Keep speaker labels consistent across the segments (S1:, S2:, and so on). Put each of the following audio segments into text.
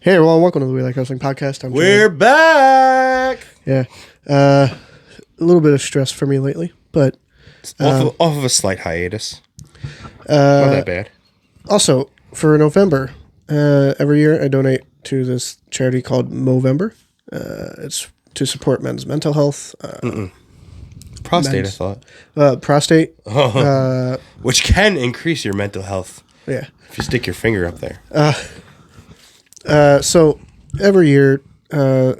S1: Hey everyone, welcome to the We Like Wrestling podcast. I'm Jimmy.
S2: We're back
S1: yeah, uh, a little bit of stress for me lately, but
S2: off, of, off of a slight hiatus. Not
S1: uh,
S2: that bad.
S1: also for November uh, every year I donate to this charity called Movember. Uh, it's to support men's mental health, uh,
S2: Prostate, I thought,
S1: uh, prostate.
S2: which can increase your mental health
S1: Yeah.
S2: if you stick your finger up there.
S1: Uh, so every year, uh,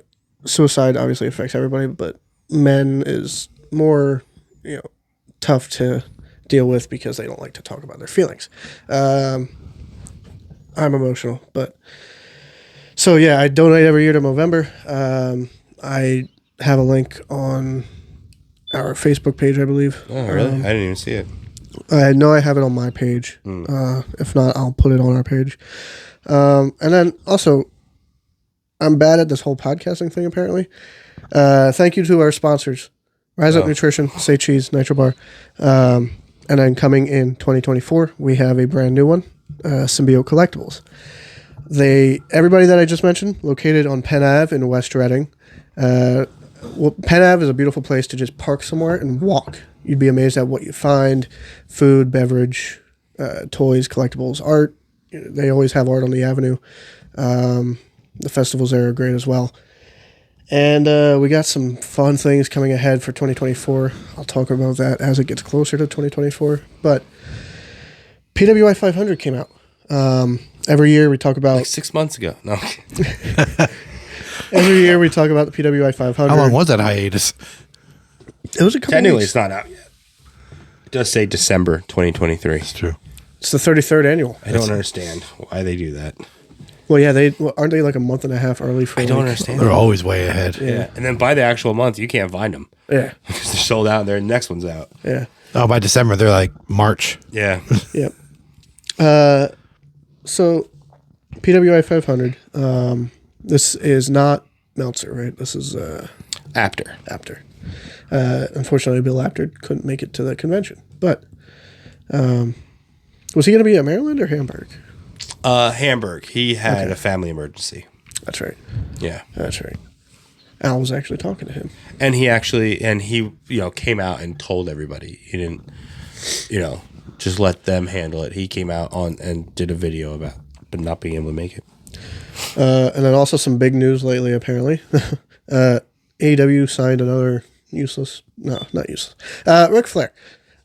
S1: suicide obviously affects everybody, but men is more you know tough to deal with because they don't like to talk about their feelings. Um, I'm emotional, but so yeah, I donate every year to Movember. Um, I have a link on our Facebook page, I believe.
S2: oh, really? I didn't even see it.
S1: I know Uh, I have it on my page. Uh, if not, I'll put it on our page. Um, and then also, I'm bad at this whole podcasting thing. Apparently, uh, thank you to our sponsors: Rise Up Nutrition, Say Cheese, Nitro Bar, um, and then coming in 2024, we have a brand new one, uh, Symbiote Collectibles. They everybody that I just mentioned located on Penn Ave in West Reading. Uh, well, Penn Ave is a beautiful place to just park somewhere and walk. You'd be amazed at what you find: food, beverage, uh, toys, collectibles, art. They always have art on the avenue. Um, the festivals there are great as well. And uh, we got some fun things coming ahead for 2024. I'll talk about that as it gets closer to 2024. But PWI 500 came out. Um, every year we talk about
S2: Six months ago. No,
S1: every year we talk about the PWI 500.
S3: How long was that hiatus?
S1: it? Was a couple
S2: technically,
S1: weeks.
S2: it's not out yet. It does say December 2023.
S3: True.
S1: It's the 33rd annual.
S2: I don't understand why they do that.
S1: Well, yeah, they well, aren't they like a month and a half early for.
S2: I don't
S1: like-
S2: understand.
S3: They're always way ahead.
S2: Yeah. And then by the actual month, you can't find them
S1: Yeah,
S2: because they're sold out. And their next one's out.
S1: yeah.
S3: Oh, by December they're like March.
S2: Yeah.
S1: Yep. Uh, so PWI 500. Um, this is not Meltzer, right? This is uh,
S2: After.
S1: Apter. Uh, unfortunately, Bill Apter couldn't make it to the convention, but um, was he going to be at Maryland or Hamburg?
S2: Uh, Hamburg. He had a family emergency.
S1: That's right.
S2: Yeah.
S1: That's right. Al was actually talking to him.
S2: and he actually and he you know came out and told everybody he didn't you know just let them handle it he came out on and did a video about but not being able to make it
S1: Uh, and then also some big news lately, apparently. uh, AW signed another useless, no, not useless, uh, Ric Flair.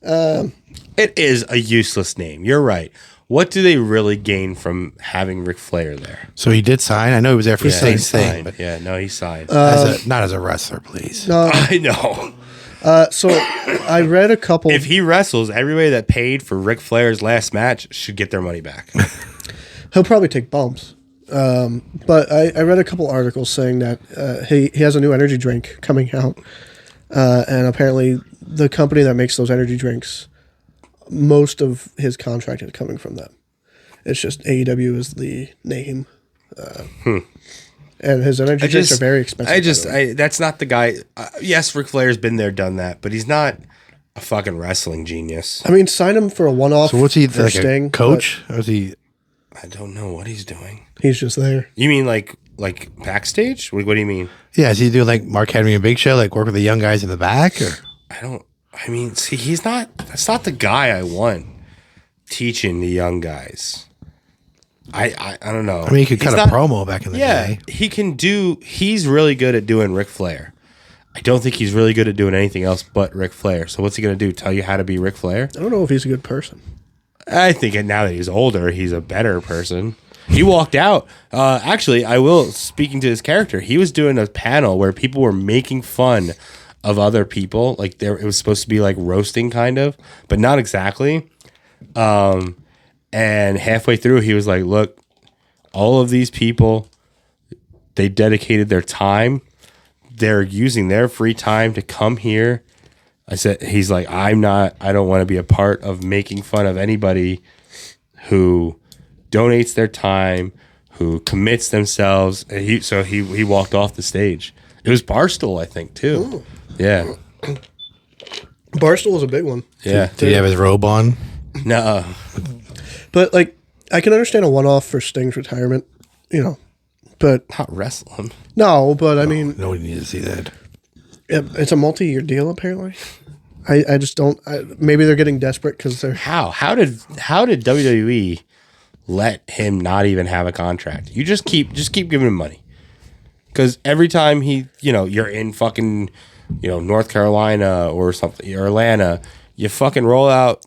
S2: it is a useless name you're right what do they really gain from having Ric Flair there
S3: So he did sign. I know he was there for the
S2: They
S3: same thing,
S2: signed. Um,
S3: but
S2: yeah no he signed
S3: as a, not as a wrestler, please.
S2: I know
S1: Uh, so I read a couple.
S2: if he wrestles everybody that paid for Ric Flair's last match should get their money back
S1: he'll probably take bumps. Um, but I, I read a couple articles saying that uh, he, he has a new energy drink coming out. Uh, and apparently, the company that makes those energy drinks, most of his contract is coming from them. It's just AEW is the name. Uh, And his energy drinks are very expensive. by
S2: Hmm. I
S1: the
S2: just,
S1: way.
S2: I, that's not the guy. Uh, yes, Ric Flair's been there, done that, but he's not a fucking wrestling genius.
S1: I mean, sign him for a one off.
S3: So what's he
S1: for
S3: like
S1: Sting,
S3: a coach? Or is he?
S2: I don't know what he's doing.
S1: but He's just there.
S2: You mean like, like backstage? What, what do you mean?
S3: Yeah, is he doing like Mark Henry and Big Show, like work with the young guys in the back? Or
S2: I don't. I mean, see, he's not. That's not the guy I want teaching the young guys. I, I, I don't know.
S3: I mean, he could cut a
S2: not,
S3: promo back in the
S2: Yeah,
S3: day.
S2: he can do. He's really good at doing Ric Flair. I don't think he's really good at doing anything else but Ric Flair. So what's he gonna do? Tell you how to be Ric Flair?
S1: I don't know if he's a good person.
S2: I think now that he's older, he's a better person. He walked out. Uh, actually, I will. Speaking to his character, he was doing a panel where people were making fun of other people. Like there, it was supposed to be like roasting, kind of, but not exactly. Um, and halfway through, he was like, "Look, all of these people, they dedicated their time. They're using their free time to come here." I said, he's like, I'm not, I don't want to be a part of making fun of anybody who donates their time, who commits themselves. And he, so he, he walked off the stage. It was Barstool, I think, too. Yeah.
S1: Barstool is a big one.
S2: Yeah. uh,
S3: Did he have his robe on?
S2: No.
S1: But like, I can understand a one-off for Sting's retirement. You know, But
S2: Not wrestling.
S1: no, but I mean,
S3: Nobody needs to see that.
S1: it, it's a multi-year deal apparently. I, I just don't. I, maybe they're getting desperate because they're
S2: How? How did how did WWE let him not even have a contract? You just keep just keep giving him money. Cause every time he, you know, you're in fucking, you know, North Carolina or something, or Atlanta, you fucking roll out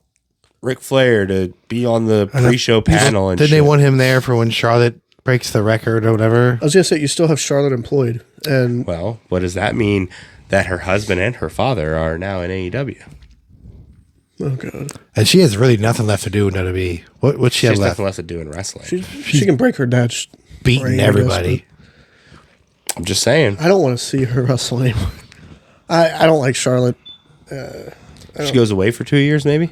S2: Ric Flair to be on the pre-show panel and
S3: Didn't they
S2: shit.
S3: want him there for when Charlotte breaks the record or whatever?
S1: I was gonna say you still have Charlotte employed, and
S2: Well, what does that mean? That her husband and her father are now in E AEW.
S1: oh god,
S3: And she has really nothing left to do in WWE. E. What what she
S2: She
S3: have
S2: has
S3: left?
S2: nothing less to do in wrestling.
S1: she, she can break her dad's. Right, I
S3: Beating
S1: guess,
S3: everybody.
S2: I'm just saying.
S1: I don't want to see her wrestle anymore. I, I don't like Charlotte.
S2: She goes away for two years, maybe.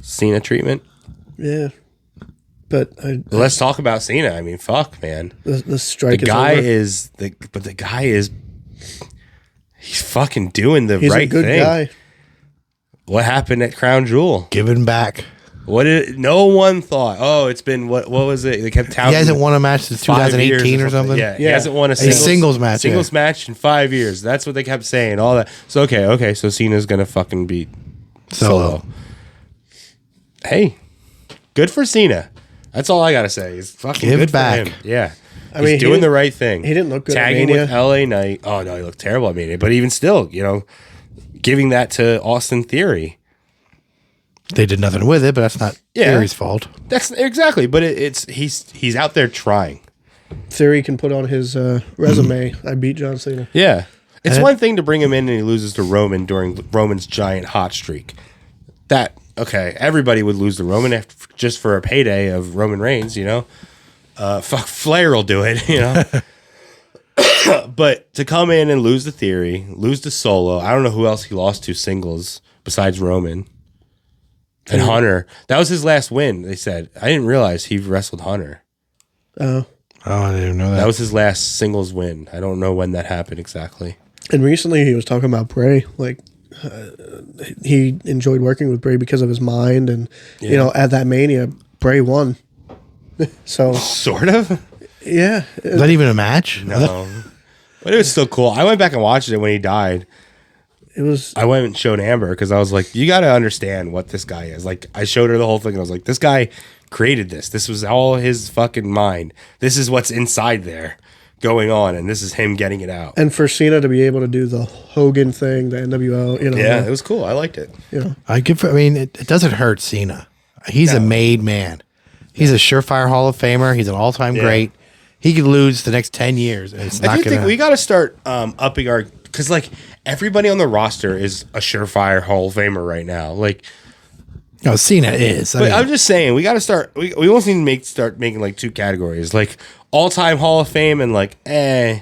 S2: Cena treatment.
S1: Yeah, but I,
S2: Let's talk about Cena. I mean, fuck, man.
S1: the, the strike
S2: The
S1: is
S2: guy
S1: over.
S2: is the but the guy is he's fucking doing the
S1: He's
S2: right
S1: a good
S2: thing.
S1: guy.
S2: What happened at Crown Jewel?
S3: Giving back.
S2: What did no one thought? Oh, it's been what what was it? They kept touting
S3: He hasn't won a match since
S2: five years
S3: 2018 or something.
S2: Yeah, he
S1: Yeah.
S2: hasn't won a singles,
S3: singles match,
S2: Singles match in five years. That's what they kept saying. All that. So okay, okay. So Cena's gonna fucking beat
S3: Solo.
S2: Hey, good for Cena. That's all I gotta say. He's fucking
S3: Give
S2: good
S3: back.
S2: For him. Yeah, I
S1: mean, he
S2: he's doing
S1: didn't-
S2: the right thing.
S1: he didn't look good at
S2: Tagging with
S1: Mania.
S2: LA Knight. Oh no, he looked terrible at Mania. But even still, you know, giving that to Austin Theory.
S3: They did nothing with it, but that's not
S2: Yeah.
S3: Theory's fault.
S2: That's exactly. But it, it's he's he's out there trying.
S1: Theory can put on his uh, resume. I beat John Cena.
S2: Yeah. It's one thing to bring him in and he loses to Roman during Roman's giant hot streak. That okay, everybody would lose to Roman after, just for a payday of Roman Reigns, you know. Uh, fuck, Flair will do it, you know. but to come in and lose the Theory, lose to Solo, I don't know who else he lost to singles besides Roman and Hunter. That was his last win. They said I didn't realize he wrestled Hunter.
S1: Uh,
S3: Oh, I didn't even know that.
S2: That was his last singles win. I don't know when that happened exactly.
S1: and recently he was talking about Bray. Like uh, he enjoyed working with Bray because of his mind, and you know at that Mania Bray won. so
S2: Sort of.
S1: yeah,
S3: Is that even a match? No.
S2: But it was still cool. I went back and watched it when he died.
S1: it was
S2: I went and showed Amber because I was like, you got to understand what this guy is. Like, I showed her the whole thing and I was like, this guy created this. This was all his fucking mind. This is what's inside there going on. And this is him getting it out.
S1: and for Cena to be able to do the Hogan thing, the NWO, you know,
S2: Yeah, it was cool. I liked it.
S1: you know,
S3: I give. I mean, it, it doesn't hurt Cena. He's a made man. He's a surefire Hall of Famer. He's an all-time great. He could lose the next ten years, and it's
S2: I
S3: not
S2: do
S3: gonna.
S2: think we got to start um, upping our because like everybody on the roster is a surefire Hall of Famer right now. Like
S3: no, Cena is. I
S2: But
S3: mean,
S2: I'm just saying, we got to start. We, we almost need to make start making like two categories, like all time Hall of Fame and like eh,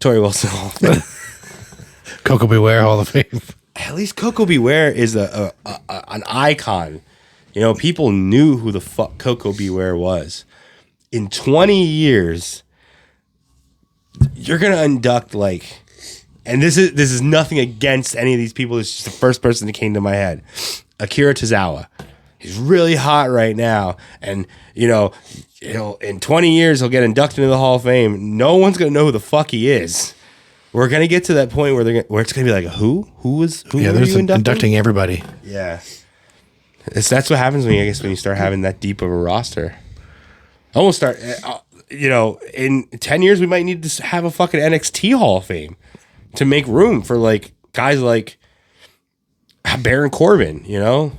S2: Tori Wilson Hall of Fame.
S3: Coco Beware Hall of Fame.
S2: At least Coco Beware is a, a, a- a- an icon. You know, people knew who the fuck Coco Beware was. In 20 years, you're gonna induct like, and this is this is nothing against any of these people. It's just the first person that came to my head, Akira Tozawa. He's really hot right now, and you know, he'll in 20 years he'll get inducted into the Hall of Fame. No one's gonna know who the fuck he is. We're gonna get to that point where they're gonna, where it's gonna be like, who, who was, who
S3: Yeah,
S2: were
S3: there's
S2: you
S3: a-
S2: inducting?
S3: inducting everybody.
S2: Yeah. It's, that's what happens when you, I guess when you start having that deep of a roster. I almost start, uh, you know, in 10 years, we might need to s- have a fucking NXT Hall of Fame to make room for like guys like Baron Corbin, you know,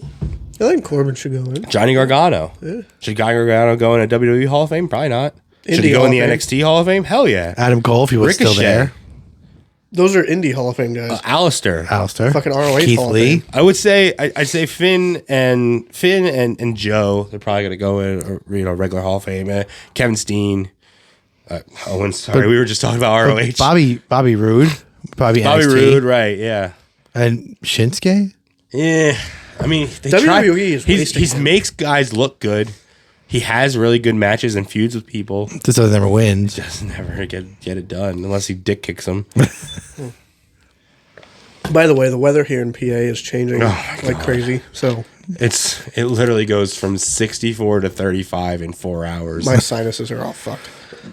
S1: I think Corbin should go in.
S2: Johnny Gargano. Should Guy Gargano go in a WWE Hall of Fame? Probably not. Should
S1: Indie
S2: he go
S1: Hall
S2: in the
S1: of Fame.
S2: NXT Hall of Fame? Hell yeah.
S3: Adam Cole, if he was
S2: Ricochet,
S3: still there.
S1: Those are indie Hall of Fame guys.
S2: Alistair.
S3: Alistair.
S1: Fucking ROH
S3: Keith
S1: Hall of
S3: Lee.
S1: Fame.
S2: I would say I, I'd say Finn and Finn and, and Joe. They're probably gonna go in or, you know regular Hall of Fame. Uh, Kevin Steen, uh, Owen. Sorry, we were just talking about ROH.
S3: Bobby Bobby Roode. Bobby,
S2: Bobby
S3: NXT,
S2: Roode, right? Yeah,
S3: and Shinsuke.
S2: yeah. I mean, they
S1: WWE
S2: try-
S1: is
S2: he's,
S1: wasting
S2: he's
S1: him.
S2: makes guys look good. He has really good matches and feuds with people.
S3: This other never wins.
S2: Doesn't ever get get it done unless he dick kicks him.
S1: By the way, the weather here in PA is changing like crazy. So
S2: It's it literally goes from 64 to 35 in four hours.
S1: my sinuses are all fucked.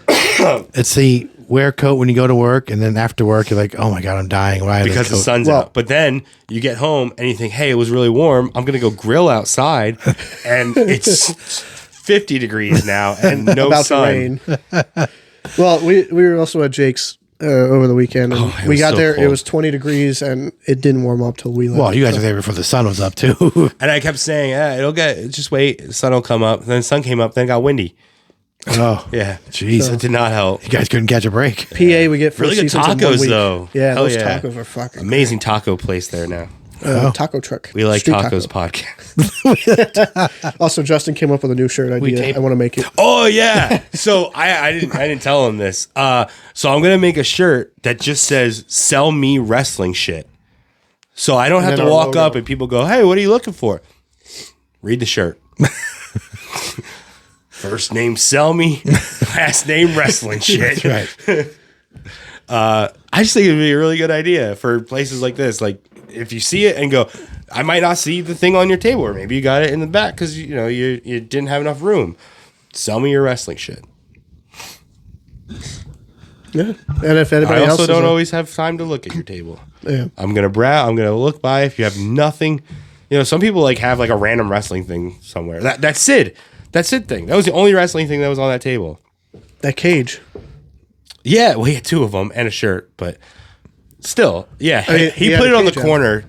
S3: It's the wear a coat when you go to work, and then after work, you're like, oh my God, I'm dying. Why? did I
S2: because the
S3: coat?"
S2: sun's
S1: Well-
S2: out. But then you get home and you think, hey, it was really warm. I'm going to go grill outside. And it's 50 degrees now and no
S1: About
S2: sun.
S1: to rain. well, we we were also at Jake's uh, over the weekend. And
S2: Oh, it
S1: we
S2: was
S1: got
S2: so
S1: there. It
S2: cold.
S1: was 20 degrees, and it didn't warm up till we left.
S3: Well, you guys were there before the sun was up, too. Oh,
S2: And I kept saying, eh, it'll get, just wait. Sun will come up. Then sun came up. Then it got windy.
S3: oh,
S2: Yeah.
S3: Jeez.
S2: It did not help.
S3: You guys couldn't catch a break.
S1: PA, we get four
S2: Really good
S1: seasons in one
S2: tacos,
S1: week.
S2: though.
S1: Yeah,
S2: Hell
S1: those
S2: yeah.
S1: tacos are fucking
S2: Amazing taco place there now.
S1: uh, taco truck.
S2: We like
S1: Street
S2: tacos podcast.
S1: taco. Also, Justin came up with a new shirt idea.
S3: tape-
S1: I want to make it.
S2: oh yeah. So I, I didn't I didn't tell him this. Uh, so I'm gonna make a shirt that just says "Sell me wrestling shit." So I don't have
S1: then
S2: to
S1: our
S2: walk
S1: logo.
S2: up and people go, "Hey, what are you looking for?" Read the shirt. First name sell me, last name wrestling shit. Uh,
S3: Right.
S2: I just think it'd be a really good idea for places like this. Like if you see it and go, I might not see the thing on your table, or maybe you got it in the back because you know you you didn't have enough room. Sell me your wrestling shit.
S1: Yeah. And if anybody
S2: I
S1: else
S2: also
S1: is
S2: don't
S1: a-
S2: always have time to look at your table.
S1: Yeah.
S2: I'm gonna browse. I'm gonna look by. If you have nothing, you know, some people like have like a random wrestling thing somewhere. That that Sid, that Sid thing. That was the only wrestling thing that was on that table.
S1: that cage.
S2: Yeah, well, he had two of them and a shirt, but still, yeah, he,
S1: mean,
S2: he
S1: he had
S2: put
S1: a
S2: it on the
S1: cage out.
S2: corner,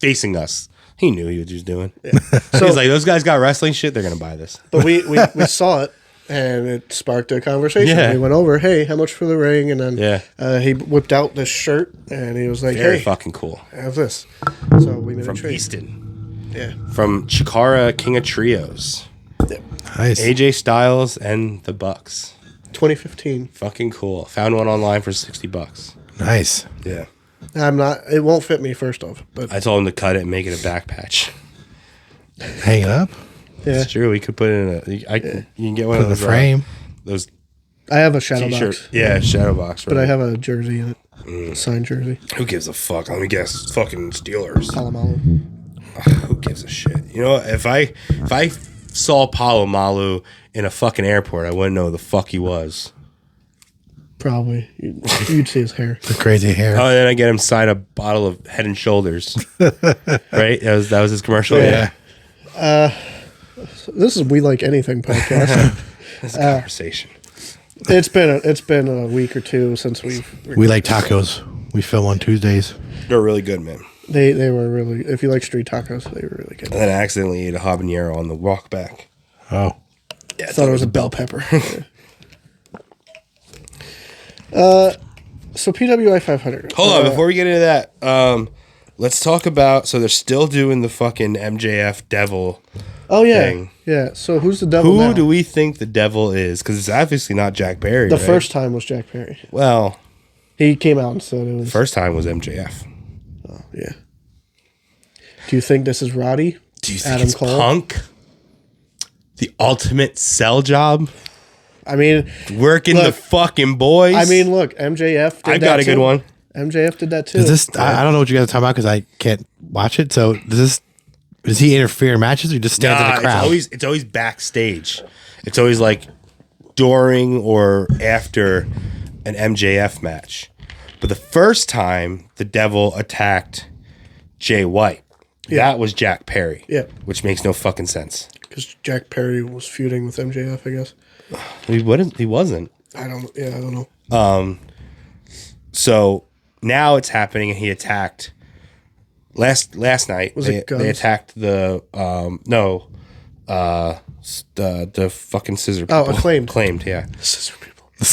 S2: facing us. He knew he was just doing.
S1: So
S2: He's like, those guys got wrestling shit. They're gonna buy this.
S1: But we, we, we saw it and it sparked a conversation.
S2: Yeah.
S1: We went over, hey, how much for the ring? And then
S2: Yeah.
S1: uh, he whipped out this shirt and he was like,
S2: Very
S1: hey,
S2: fucking cool.
S1: have this. So we made a
S2: From
S1: trade.
S2: Easton,
S1: Yeah.
S2: from Chikara, King of Trios,
S3: Nice.
S2: AJ Styles, and the Bucks.
S1: 2015.
S2: Fucking cool. Found one online for sixty bucks.
S3: Nice.
S2: Yeah.
S1: I'm not, it won't fit me first off, but
S2: I told him to cut it and make it a back patch.
S3: Hang it up.
S1: yeah.
S2: It's true. We could put it in a. I, You can get one
S3: Put
S2: of
S3: the
S2: those uh,
S3: frame.
S2: those
S1: I have a shadow
S2: t-shirt. Mm.
S1: box,
S2: Yeah, shadow box. Right?
S1: but I have a jersey in it, signed jersey.
S2: Who gives a fuck? Let me guess. Fucking Steelers.
S1: Palomalu.
S2: Who gives a shit? You know, if I if I saw Palomalu in a fucking airport, I wouldn't know who the fuck he was.
S1: Probably. You'd, you'd see his hair.
S3: The crazy hair.
S2: Oh, and then I get him sign a bottle of Head and Shoulders. right? That was that was his commercial.
S3: yeah.
S1: This is We Like Anything podcast.
S2: That's a conversation.
S1: it's been a, it's been a week or two since we've
S3: We like tacos. We film on Tuesdays.
S2: They're really good, man.
S1: they they were really if you like street tacos they were really good.
S2: And then I accidentally ate a habanero on the walk back.
S3: Oh.
S2: Yeah, I
S1: thought it was a bell pepper. uh, Uh, so PWI 500.
S2: Hold
S1: Uh,
S2: on, before we get into that, um, let's talk about. So they're still doing the fucking MJF devil.
S1: Oh yeah,
S2: thing.
S1: yeah. So who's the devil?
S2: Who
S1: now?
S2: do we think the devil is? Because it's obviously not Jack Barry.
S1: the
S2: right?
S1: first time was Jack Perry.
S2: well,
S1: He came out and said it was.
S2: first time was MJF.
S1: Yeah. Do you think this is Roddy?
S2: Do you think
S1: Adam
S2: it's
S1: Cole?
S2: Punk? The ultimate sell job,
S1: I mean,
S2: working the
S1: Look,
S2: fucking boys.
S1: I mean, look, MJF. Did
S2: I
S1: that
S2: got a good
S1: too.
S2: one.
S1: MJF did that too.
S3: Is this, I, I don't know what you guys are talking about because I can't watch it. So, does this, does he interfere in matches or he just stands in
S2: Nah, Uh,
S3: the
S2: it's
S3: crowd?
S2: always it's always backstage. It's always like during or after an MJF match. But the first time the devil attacked Jay White, that was Jack Perry.
S1: Yeah.
S2: Which makes no fucking sense.
S1: because Jack Perry was feuding with MJF, I guess.
S2: He wouldn't he wasn't.
S1: I don't. Yeah, I don't know.
S2: So now it's happening and he attacked last last night
S1: it
S2: they,
S1: Guns?
S2: they attacked the um no uh s- the the fucking scissor
S1: Oh,
S2: people.
S1: Acclaimed.
S2: claimed yeah
S1: Scissor people.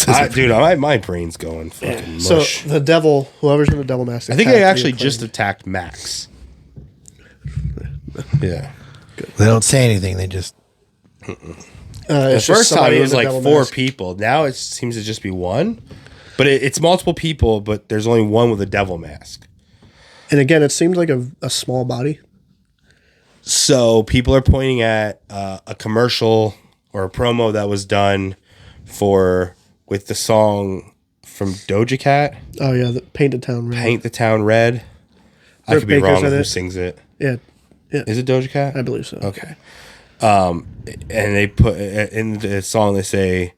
S2: I, dude, my, my brain's going fucking
S1: So
S2: mush.
S1: the devil, whoever's in the devil mask,
S2: I think they actually just attacked Max. Yeah.
S3: they don't say anything. They just,
S1: Uh,
S2: The
S1: it's just
S2: first time
S1: somebody
S2: it
S1: in
S2: was
S1: the
S2: like
S1: devil
S2: four
S1: mask.
S2: people. Now it seems to just be one. But it, it's multiple people, but there's only one with a devil mask.
S1: And again, it seemed like a, a small body.
S2: So people are pointing at uh, a commercial or a promo that was done for with the song from Doja Cat,
S1: Oh yeah, the painted town. Red.
S2: Paint the Town Red. I could be
S1: Baker's
S2: wrong
S1: in
S2: with who
S1: it.
S2: sings it.
S1: Yeah,
S2: Is it Doja Cat?
S1: I believe so.
S2: Okay. Um, and they put in the song they say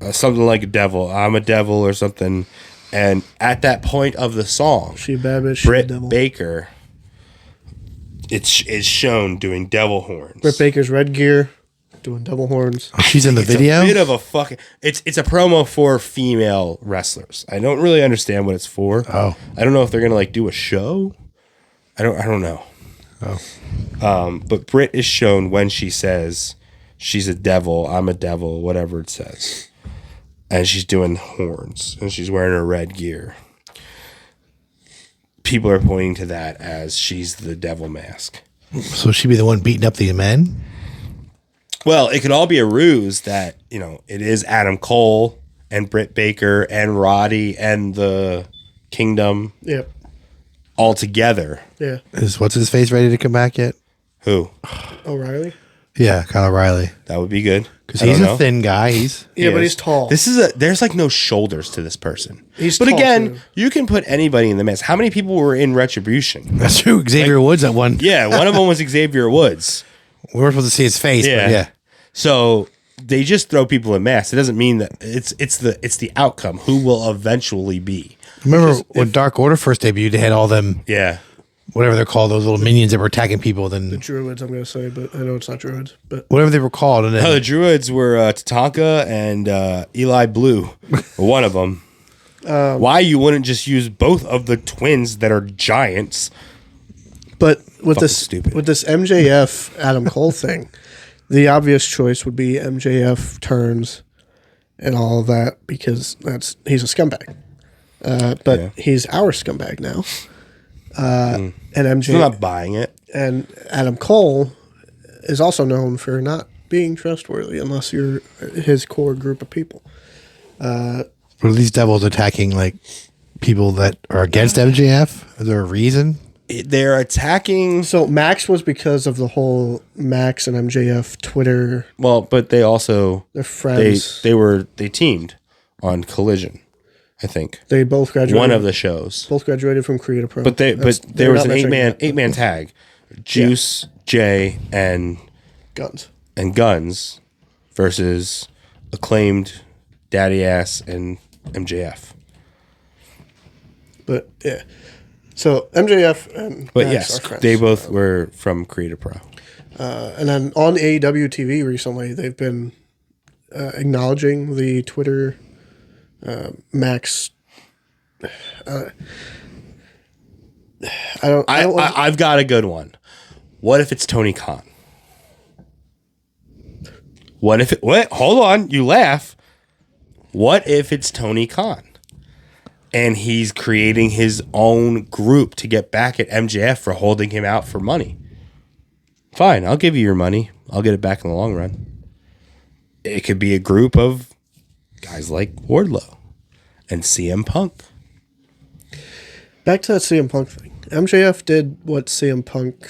S2: uh, something like a devil. I'm a devil or something. And at that point of the song,
S1: She a bad bitch. she a
S2: Britt
S1: devil.
S2: Baker, it's is shown doing devil horns.
S1: Britt Baker's red gear, doing double horns.
S3: She's in the video.
S2: Bit of a fucking. It's it's a promo for female wrestlers. I don't really understand what it's for.
S3: Oh.
S2: I don't know if they're gonna like do a show. I don't. I don't know.
S3: Oh.
S2: Um, but Brit is shown when she says she's a devil, I'm a devil, whatever it says. And she's doing horns and she's wearing her red gear. People are pointing to that as she's the devil mask.
S3: So she be the one beating up the men.
S2: Well, it could all be a ruse that, you know, it is Adam Cole and Britt Baker and Roddy and the kingdom
S1: Yep.
S2: all together.
S1: Yeah.
S3: Is what's his face ready to come back yet?
S2: Who?
S1: O'Reilly.
S3: Yeah, Kyle O'Reilly.
S2: That would be good.
S3: Because
S2: I don't
S3: he's a
S2: know.
S3: thin guy. He's
S1: Yeah, but
S2: is.
S1: he's tall.
S2: This is a there's like no shoulders to this person.
S1: He's
S2: but
S1: tall,
S2: again,
S1: too.
S2: you can put anybody in the mix. How many people were in Retribution?
S3: that's true. Xavier Woods at one.
S2: Yeah, one of them was Xavier Woods.
S3: We weren't supposed to see his face. Yeah.
S2: Yeah.
S3: But yeah.
S2: So they just throw people in masks. It doesn't mean that it's it's the it's the outcome who will eventually be.
S3: Remember when Dark Order first debuted, they had all them
S2: Yeah.
S3: whatever they're called, those little minions that were attacking people. Then
S1: druids, I'm gonna say, but I know it's not druids. But
S3: whatever they were called, and then
S2: No, the Druids were uh, Tatanka and uh, Eli Blue, one of them.
S1: Um,
S2: Why you wouldn't just use both of the twins that are giants?
S1: but with this
S2: stupid.
S1: with this MJF Adam Cole thing, the obvious choice would be MJF turns and all of that because that's he's a scumbag. Uh, but
S2: Yeah.
S1: he's our scumbag now. Uh, And
S2: I'm
S1: MJF
S2: not buying it.
S1: and Adam Cole is also known for not being trustworthy unless you're his core group of people.
S3: were these devils attacking like people that are against MJF? Is there a reason?
S2: It- They're attacking
S1: So Max was because of the whole Max and MJF Twitter.
S2: Well, but they also
S1: They're
S2: they
S1: friends. They,
S2: they were they teamed on Collision, I think.
S1: both graduated.
S2: One of the shows.
S1: both graduated from Korea Pro.
S2: But they
S1: That's-
S2: but there
S1: we're
S2: was
S1: not
S2: an eight
S1: mentioning
S2: man
S1: that.
S2: eight man tag. Juice, Jay, and
S1: guns.
S2: and Guns versus acclaimed Daddy Ass and MJF.
S1: But yeah. So MJF and
S2: But
S1: Max
S2: yes,
S1: are friends.
S2: they both were from Creative Pro.
S1: and then on E AEW TV recently, they've been uh, acknowledging the Twitter uh, Max. Uh, I don't. I,
S2: I,
S1: don't want-
S2: I I've got a good one. What if it's Tony Khan? What if it what hold on, you laugh. What if it's Tony Khan? And he's creating his own group to get back at MJF for holding him out for money. Fine, I'll give you your money. I'll get it back in the long run. It could be a group of guys like Wardlow and CM Punk.
S1: back to that CM Punk thing. MJF did what CM Punk,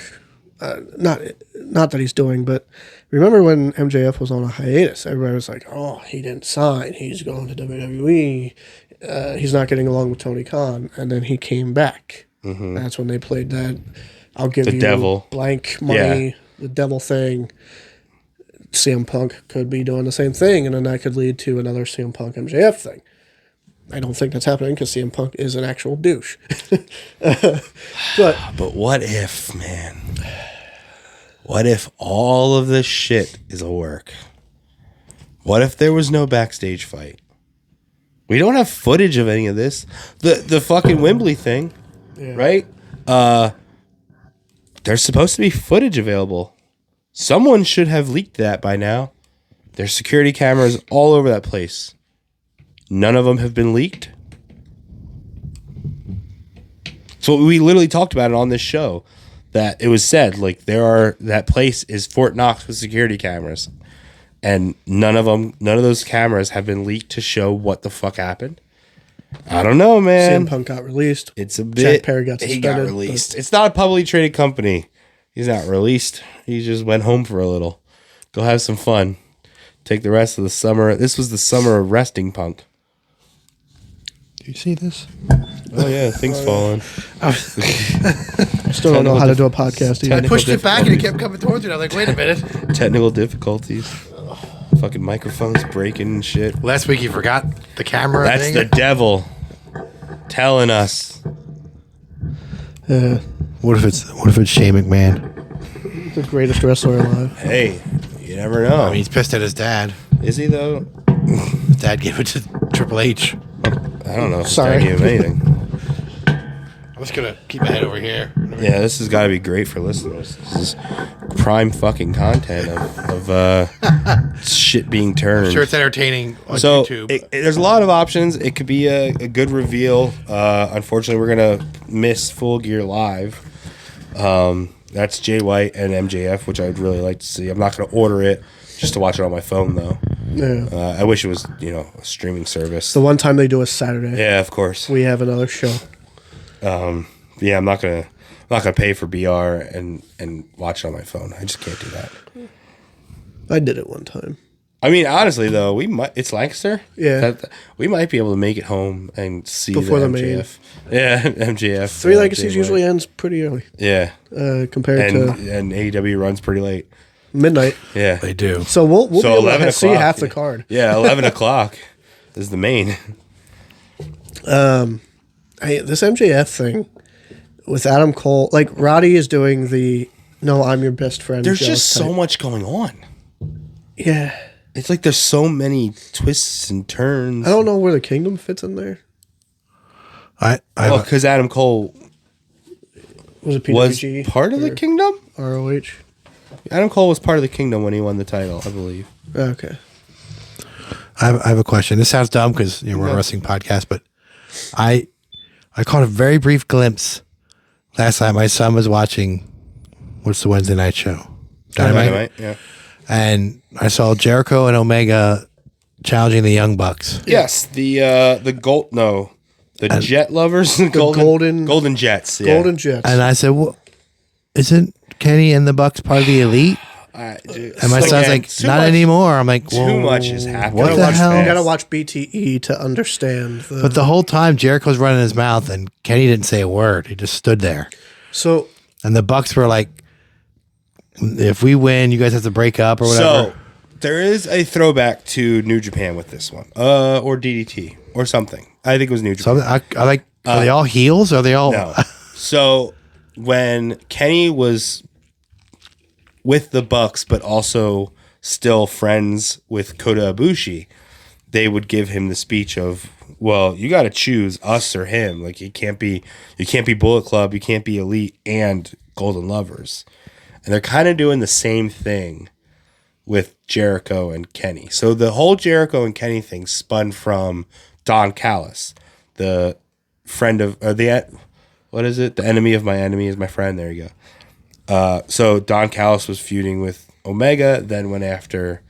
S1: uh, not not that he's doing, but remember when MJF was on a hiatus? Everybody was like, "Oh, he didn't sign. He's going to WWE. Uh, he's not getting along with Tony Khan." And then he came back. That's when they played that. I'll give you
S2: devil.
S1: blank money. The devil thing. CM Punk could be doing the same thing, and then that could lead to another CM Punk MJF thing. I don't think that's happening because CM Punk is an actual douche. but
S2: But what if, man? What if all of this shit is a work? What if there was no backstage fight? We don't have footage of any of this. The the fucking Wembley thing, right? Uh there's supposed to be footage available. Someone should have leaked that by now. There's security cameras all over that place. None of them have been leaked. So we literally talked about it on this show that it was said like there are that place is Fort Knox with security cameras, and none of them, none of those cameras have been leaked to show what the fuck happened. I don't know, man.
S1: CM Punk got released.
S2: It's a bit.
S1: Perry got
S2: he got
S1: suspended,
S2: released. It's not a publicly traded company. He's not released. He just went home for a little. Go have some fun. Take the rest of the summer. This was the summer of resting punk.
S3: Do you see this?
S2: Oh yeah, things falling.
S1: I still don't know how to do a podcast
S3: I
S1: either.
S3: pushed it back and it kept coming towards me. I was like, wait a minute.
S2: Technical difficulties. Fucking microphones breaking and shit.
S3: Last week you forgot the camera.
S2: That's
S3: thing.
S2: the devil telling us.
S1: Yeah,
S3: what if it's what if it's Shane McMahon?
S1: the greatest wrestler alive.
S2: Hey, you never know.
S3: I mean, he's pissed at his dad.
S2: Is he though?
S3: His dad gave it to Triple H.
S2: I don't know. If
S1: Sorry.
S2: Sorry. Gave him anything.
S3: I'm just gonna keep my head over here.
S2: yeah, this has got to be great for listeners. This is prime fucking content of, of uh, shit being turned.
S3: Sure, it's entertaining on
S2: so
S3: YouTube.
S2: it- it- there's a lot of options. It could be a, a good reveal. Uh, unfortunately, we're gonna miss Full Gear live. Um, that's Jay White and MJF, which I'd really like to see. I'm not gonna order it just to watch it on my phone though.
S1: Yeah.
S2: Uh, I wish it was you know a streaming service.
S1: The one time they do a Saturday,
S2: yeah, of course.
S1: we have another show.
S2: yeah, I'm not gonna I'm not gonna pay for BR and and watch it on my phone. I just can't do that.
S1: I did it one time.
S2: I mean, honestly though, we might it's Lancaster.
S1: Yeah.
S2: That- we might be able to make it home and see
S1: Before the
S2: the
S1: main.
S2: MJF. Yeah, MJF.
S1: Three
S2: uh,
S1: Legacies
S2: Jay
S1: usually
S2: White.
S1: ends pretty early
S2: yeah,
S1: uh, compared
S2: and
S1: to
S2: and AEW runs pretty late.
S1: midnight.
S2: Yeah,
S3: they do.
S1: So we'll we'll
S2: So
S1: be able
S2: 11
S1: to see
S2: o'clock.
S1: half the card.
S2: yeah, eleven o'clock is the main.
S1: Hey, this MJF thing with Adam Cole, like Roddy is doing the no, I'm your best friend.
S2: There's
S1: Joe
S2: just so
S1: type.
S2: much going on.
S1: yeah.
S2: It's like there's so many twists and turns.
S1: I don't know where the kingdom fits in there.
S3: I, I
S2: Oh, because Adam Cole
S1: Was it
S2: was
S1: PWG
S2: part of the kingdom.
S1: ROH?
S2: Adam Cole was part of the kingdom when he won the title, I believe.
S1: Oh, Okay,
S3: I have, I have a question. This sounds dumb because you know, we're a wrestling podcast, but I I caught a very brief glimpse last night. My son was watching what's the Wednesday night show, Dynamite,
S2: Dynamite, yeah.
S3: and I saw Jericho and Omega challenging the Young Bucks.
S2: Yes, the uh the gold no, the jet lovers, the golden,
S1: golden-
S2: golden golden jets, yeah.
S1: Golden Jets.
S3: And I said, well, "Isn't Kenny and the Bucks part of the elite?"
S2: I- dude,
S3: And my
S2: it's
S3: son's
S2: again,
S3: like,
S2: too
S3: "Not
S2: much-
S3: anymore." I'm like,
S2: Too
S3: "Whoa."
S2: much is happening.
S3: What
S1: you
S3: the
S1: gotta watch-
S3: hell?
S1: You gotta watch BTE to understand the.
S3: But the whole time Jericho's running his mouth, and Kenny didn't say a word. He just stood there.
S1: so
S3: And the Bucks were like, if we win, you guys have to break up or whatever.
S2: So there is a throwback to New Japan with this one, uh, or DDT or something. I think it was New
S3: So,
S2: Japan.
S3: I'm I, I like, are they all heels? Are they all?
S2: Uh, No. so when Kenny was with the Bucks, but also still friends with Kota Ibushi, they would give him the speech of, "Well, you got to choose us or him. Like you can't be, you can't be Bullet Club, you can't be Elite and Golden Lovers." And they're kind of doing the same thing with Jericho and Kenny. So the whole Jericho and Kenny thing spun from Don Callis, the friend of or the what is it? The enemy of my enemy is my friend. There you go. Uh, so Don Callis was feuding with Omega, then went after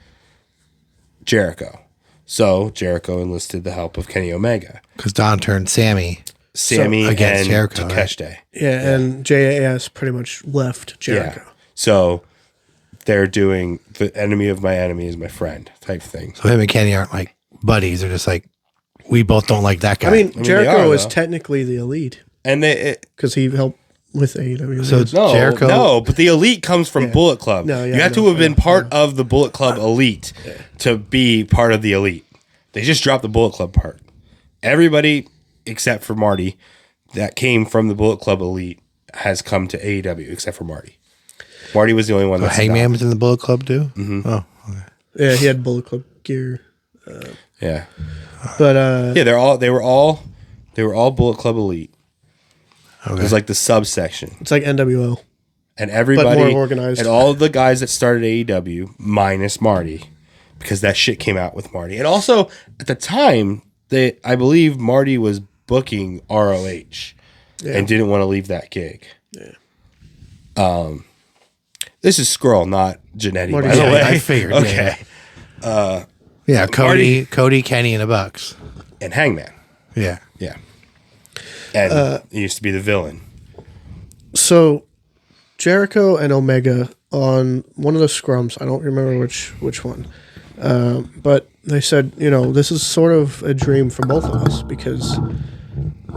S2: Jericho. So Jericho enlisted the help of Kenny Omega,
S3: Because Don turned Sammy.
S2: Sammy,
S3: against
S2: and
S3: Jericho, right?
S2: Takeshita.
S1: yeah, and JAS pretty much left Jericho.
S2: Yeah. So they're doing the enemy of my enemy is my friend type thing.
S3: So him and Kenny aren't like buddies. They're just like, we both don't like that guy.
S1: I mean,
S2: they
S1: Jericho
S2: are,
S1: is
S2: though.
S1: technically the elite
S2: And they it,
S1: because he helped with AEW.
S3: So-
S1: It's-
S2: No,
S3: Jericho-
S2: no, but the elite comes from Bullet Club.
S1: No, yeah,
S2: you have
S1: no,
S2: to have been
S1: yeah,
S2: part of the Bullet Club elite to be part of the elite. They just dropped the Bullet Club part. Everybody except for Marty that came from the Bullet Club elite has come to AEW except for Marty. Marty was the only one.
S3: So
S2: That's
S3: Hangman was in the Bullet Club too. Mm-hmm. Oh,
S1: yeah, he had Bullet Club gear,
S2: not. Yeah,
S1: but uh,
S2: yeah. They're all. They were all. They were all Bullet Club elite. It
S3: okay.
S2: was like the subsection,
S1: it's like NWO.
S2: and everybody
S1: organized.
S2: and all the guys that started AEW minus Marty because that shit came out with Marty. And also at the time they I believe Marty was booking ROH and didn't want to leave that gig. Yeah. Um this is Skrull, not Janetti, by
S1: Marty's-
S2: the
S1: Yeah,
S2: way.
S3: I figured, yeah.
S2: Okay. Uh,
S3: yeah, Cody,
S2: Marty-
S3: Cody, Kenny, and the Bucks.
S2: And Hangman.
S3: Yeah,
S2: Yeah. And he used to be the villain.
S1: So Jericho and Omega on one of the scrums, I don't remember which which one, um, but they said, you know, this is sort of a dream for both of us because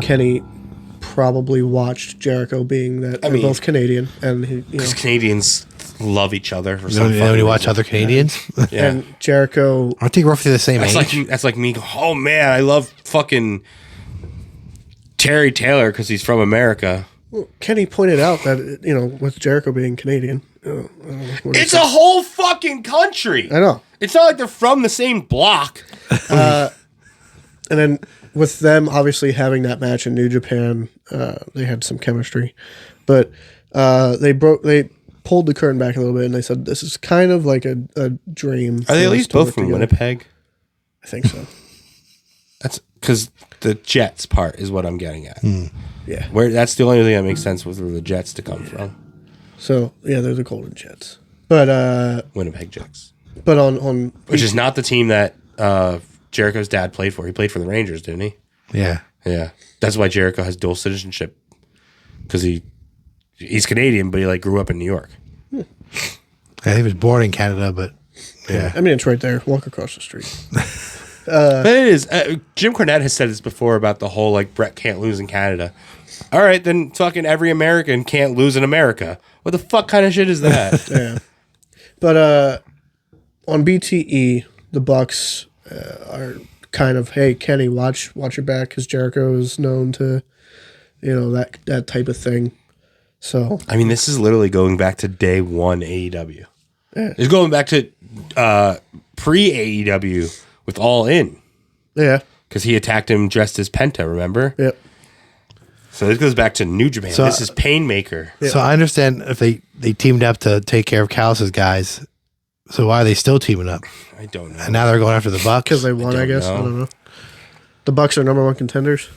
S1: Kenny probably watched Jericho, being that they're
S2: mean-
S1: both Canadian, and he, you know,
S2: Because Canadians love each other for
S3: You know,
S2: some
S3: you
S2: fucking
S3: only
S2: reason.
S3: watch other Canadians.
S2: Yeah.
S1: and Jericho
S3: Aren't they roughly the same
S2: That's
S3: age?
S2: like that's like me. go, Oh man, I love fucking Terry Taylor because he's from America.
S1: Kenny pointed out that you know, with Jericho being Canadian, uh, I don't know what he
S2: It's
S1: said.
S2: a whole fucking country.
S1: I know.
S2: It's not like they're from the same block.
S1: and then with them obviously having that match in New Japan, uh, they had some chemistry, but uh, they broke they pulled the curtain back a little bit and they said this is kind of like a, a dream. for
S2: Are they at
S1: us
S2: least
S1: to
S2: both
S1: work
S2: from
S1: together."
S2: Winnipeg?
S1: I think so.
S2: That's because the Jets part is what I'm getting at.
S1: Hmm. Yeah.
S2: Where that's the only thing that makes sense with where the Jets to come from.
S1: So yeah, they're the Golden Jets, but uh,
S2: Winnipeg Jets,
S1: but on on
S2: which is not the team that uh, Jericho's dad played for. He played for the Rangers, didn't he?
S3: yeah.
S2: Yeah, that's why Jericho has dual citizenship because he he's Canadian, but he like grew up in New York.
S3: yeah. He was born in Canada, but yeah.
S1: I mean it's right there. Walk across the street.
S2: but it is uh, Jim Cornette has said this before about the whole like Brett can't lose in Canada. All right, then fucking every American can't lose in America. What the fuck kind of shit is that?
S1: Yeah. But uh, on BTE, the Bucks uh, are kind of hey Kenny, watch watch your back because Jericho is known to, you know that that type of thing. So
S2: I mean, this is literally going back to day one E AEW. It's going back to uh, pre AEW with All In
S1: yeah,
S2: because he attacked him dressed as Penta. Remember?
S1: yep.
S2: So this goes back to New Japan.
S3: So-
S2: this is Painmaker.
S3: So I understand if they they teamed up to take care of Callus's guys. So why are they still teaming up?
S2: I don't know.
S3: And now they're going after the Bucks.
S1: Because they won, I,
S2: don't
S1: guess. I
S2: know.
S1: don't know. The Bucks are number one contenders.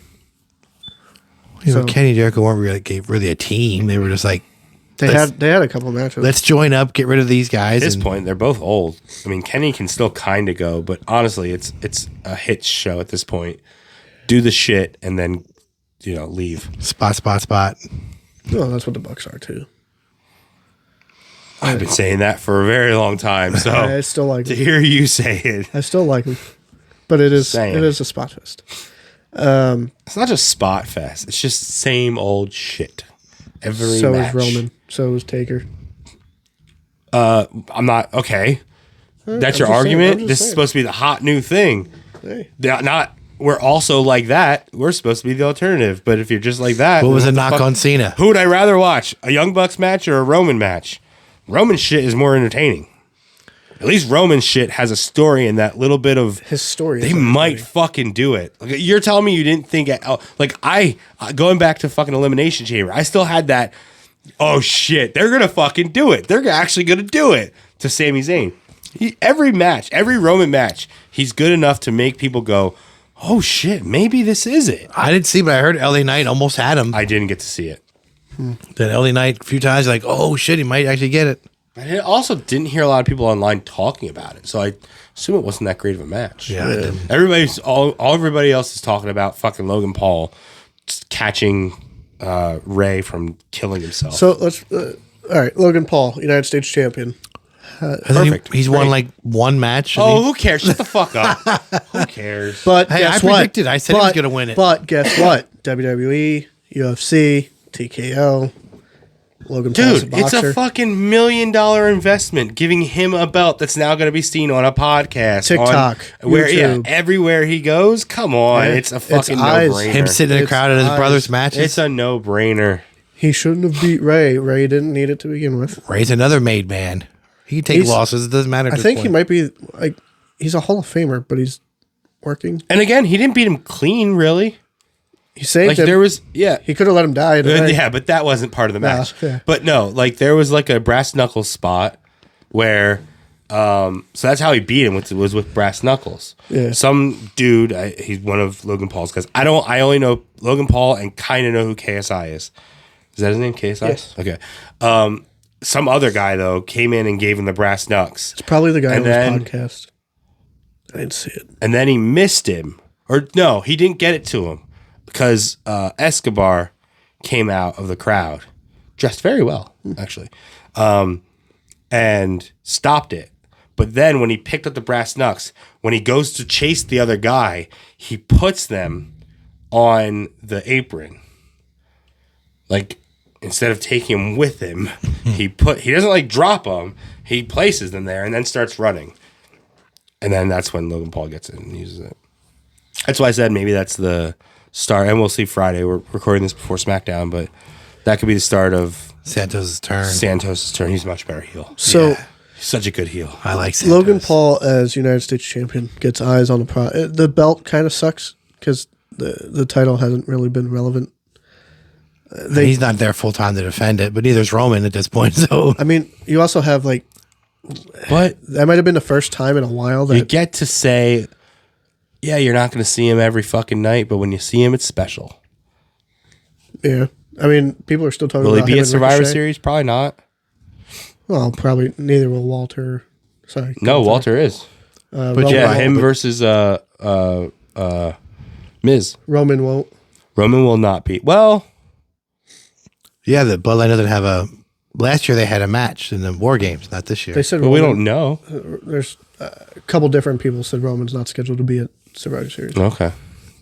S3: you know,
S1: so-
S3: Kenny and Jericho weren't really, like, really a team. They were just like,
S1: They
S3: Let's-
S1: had they had a couple matches.
S3: let's join up, get rid of these guys.
S2: At this
S3: and-
S2: point, they're both old. I mean, Kenny can still kind of go, but honestly, it's it's a hit show at this point. Do the shit and then, you know, leave.
S3: spot, spot, spot.
S1: Well, that's what the Bucks are too.
S2: I've been saying that for a very long time,
S1: I, I
S2: so
S1: still like
S2: to
S1: them.
S2: hear you say it,
S1: I still like them, but it is
S2: Saying.
S1: it is a spot fest.
S2: it's not just spot fest. It's just same old shit. Every
S1: So
S2: match.
S1: is Roman. So is Taker.
S2: I'm not okay. That's
S1: I'm
S2: your
S1: just saying,
S2: argument.
S1: I'm just
S2: this is
S1: saying.
S2: supposed to be the hot new thing.
S1: Hey,
S2: They're not. We're also like that. We're supposed to be the alternative. But if you're just like that,
S3: What was a
S2: the
S3: knock
S2: fuck-
S3: on Cena?
S2: Who would I rather watch? A Young Bucks match or a Roman match? Roman shit is more entertaining. At least Roman shit has a story and that little bit of
S1: his story.
S2: they
S1: is
S2: might fucking do it. Like, you're telling me you didn't think at all. Like I uh, going back to fucking elimination chamber. I still had that. Oh shit, they're gonna fucking do it. They're actually gonna do it to Sami Zayn. He, every match, every Roman match, he's good enough to make people go, "Oh shit, maybe this is it."
S3: I didn't see, but I heard LA Knight almost had him.
S2: I didn't get to see it.
S3: then LA Knight a few times, like, oh shit, he might actually get it.
S2: I also didn't hear a lot of people online talking about it, so I assume it wasn't that great of a match.
S3: Yeah, it didn't.
S2: everybody's all, all everybody else is talking about fucking Logan Paul just catching uh, Ray from killing himself.
S1: So let's. Uh, all right, Logan Paul, United States champion.
S3: And then he-
S2: Perfect.
S3: he's won like one match. and
S2: oh,
S3: he-
S2: who cares? Shut the fuck up. who cares?
S1: But
S3: Hey,
S1: guess
S3: I
S1: what?
S3: predicted. I said he
S1: but,
S3: was gonna win it.
S1: But guess what? E, WWE, UFC, TKO, Logan Paul's a
S2: Dude, it's
S1: boxer.
S2: a fucking million dollar investment giving him a belt that's now going to be seen on a podcast, on
S1: TikTok,
S2: where yeah,
S1: YouTube.
S2: everywhere he goes. Come on,
S1: Yeah.
S2: it's a
S1: It's
S2: fucking no
S1: eyes.
S2: brainer.
S3: him sitting in a
S1: It's
S3: crowd at his
S1: eyes.
S3: brother's matches.
S2: it's a no brainer.
S1: he shouldn't have beat Ray. Ray didn't need it to begin with.
S3: Ray's another made man. He can take
S1: He's-
S3: losses. It doesn't matter. at
S1: I
S3: this
S1: think he
S3: point.
S1: might be like he's a Hall of Famer, but he's working.
S2: And again, he didn't beat him clean, really.
S1: He saved
S2: Like
S1: him.
S2: there was, yeah,
S1: he could have let him die.
S2: Uh,
S1: tonight.
S2: Yeah, but that wasn't part of the match.
S1: yeah.
S2: But no, like there was like a brass knuckles spot where, um, so that's how he beat him. Was, was with brass knuckles.
S1: Yeah.
S2: Some dude, I, he's one of Logan Paul's guys. I don't. I only know Logan Paul and kind of know who KSI is. Is that his name? KSI.
S1: Yes.
S2: Okay. Um, some other guy though came in and gave him the brass knucks,
S1: It's probably the guy on
S2: And
S1: his
S2: then-
S1: podcast. I didn't see it.
S2: and then he missed him, or no, he didn't get it to him because uh, Escobar came out of the crowd dressed very well, actually, um, and stopped it. But then when he picked up the brass knucks, when he goes to chase the other guy, he puts them on the apron. Like instead of taking him with him, he put he doesn't like drop him. He places them there and then starts running. And then that's when Logan Paul gets it and uses it. That's why I said maybe that's the start. And we'll see Friday. We're recording this before SmackDown, but that could be the start of
S3: Santos' turn.
S2: Santos' turn. He's a much better heel.
S1: So Uh,
S2: He's such a good heel.
S3: I like Santos.
S1: Logan Paul as United States champion gets eyes on the pro. uh, The belt kind of sucks because the the title hasn't really been relevant.
S3: He's not there full time to defend it, but neither is Roman at this point. So
S1: I mean, you also have like
S2: But
S1: that might have been the first time in a while
S2: you
S1: that
S2: get to say, yeah, you're not going to see him every fucking night, but when you see him, it's special.
S1: yeah. I mean, people are still talking
S2: Will he
S1: about
S2: be
S1: him
S2: at
S1: and
S2: Survivor
S1: Ricochet.
S2: Series? Probably not.
S1: Well, probably neither will Walter. Sorry,
S2: No, Walter is.
S1: uh,
S3: but
S1: Roman,
S2: Yeah,
S3: Right,
S2: him
S3: but-
S2: versus uh uh uh Miz.
S1: Roman won't.
S2: Roman will not be. Well,
S3: yeah, the Bloodline doesn't have a. Last year they had a match in the War Games, not this year.
S1: They said
S2: but we
S1: Roman,
S2: don't know.
S1: There's uh, a couple different people said Roman's not scheduled to be at Survivor Series.
S2: Okay.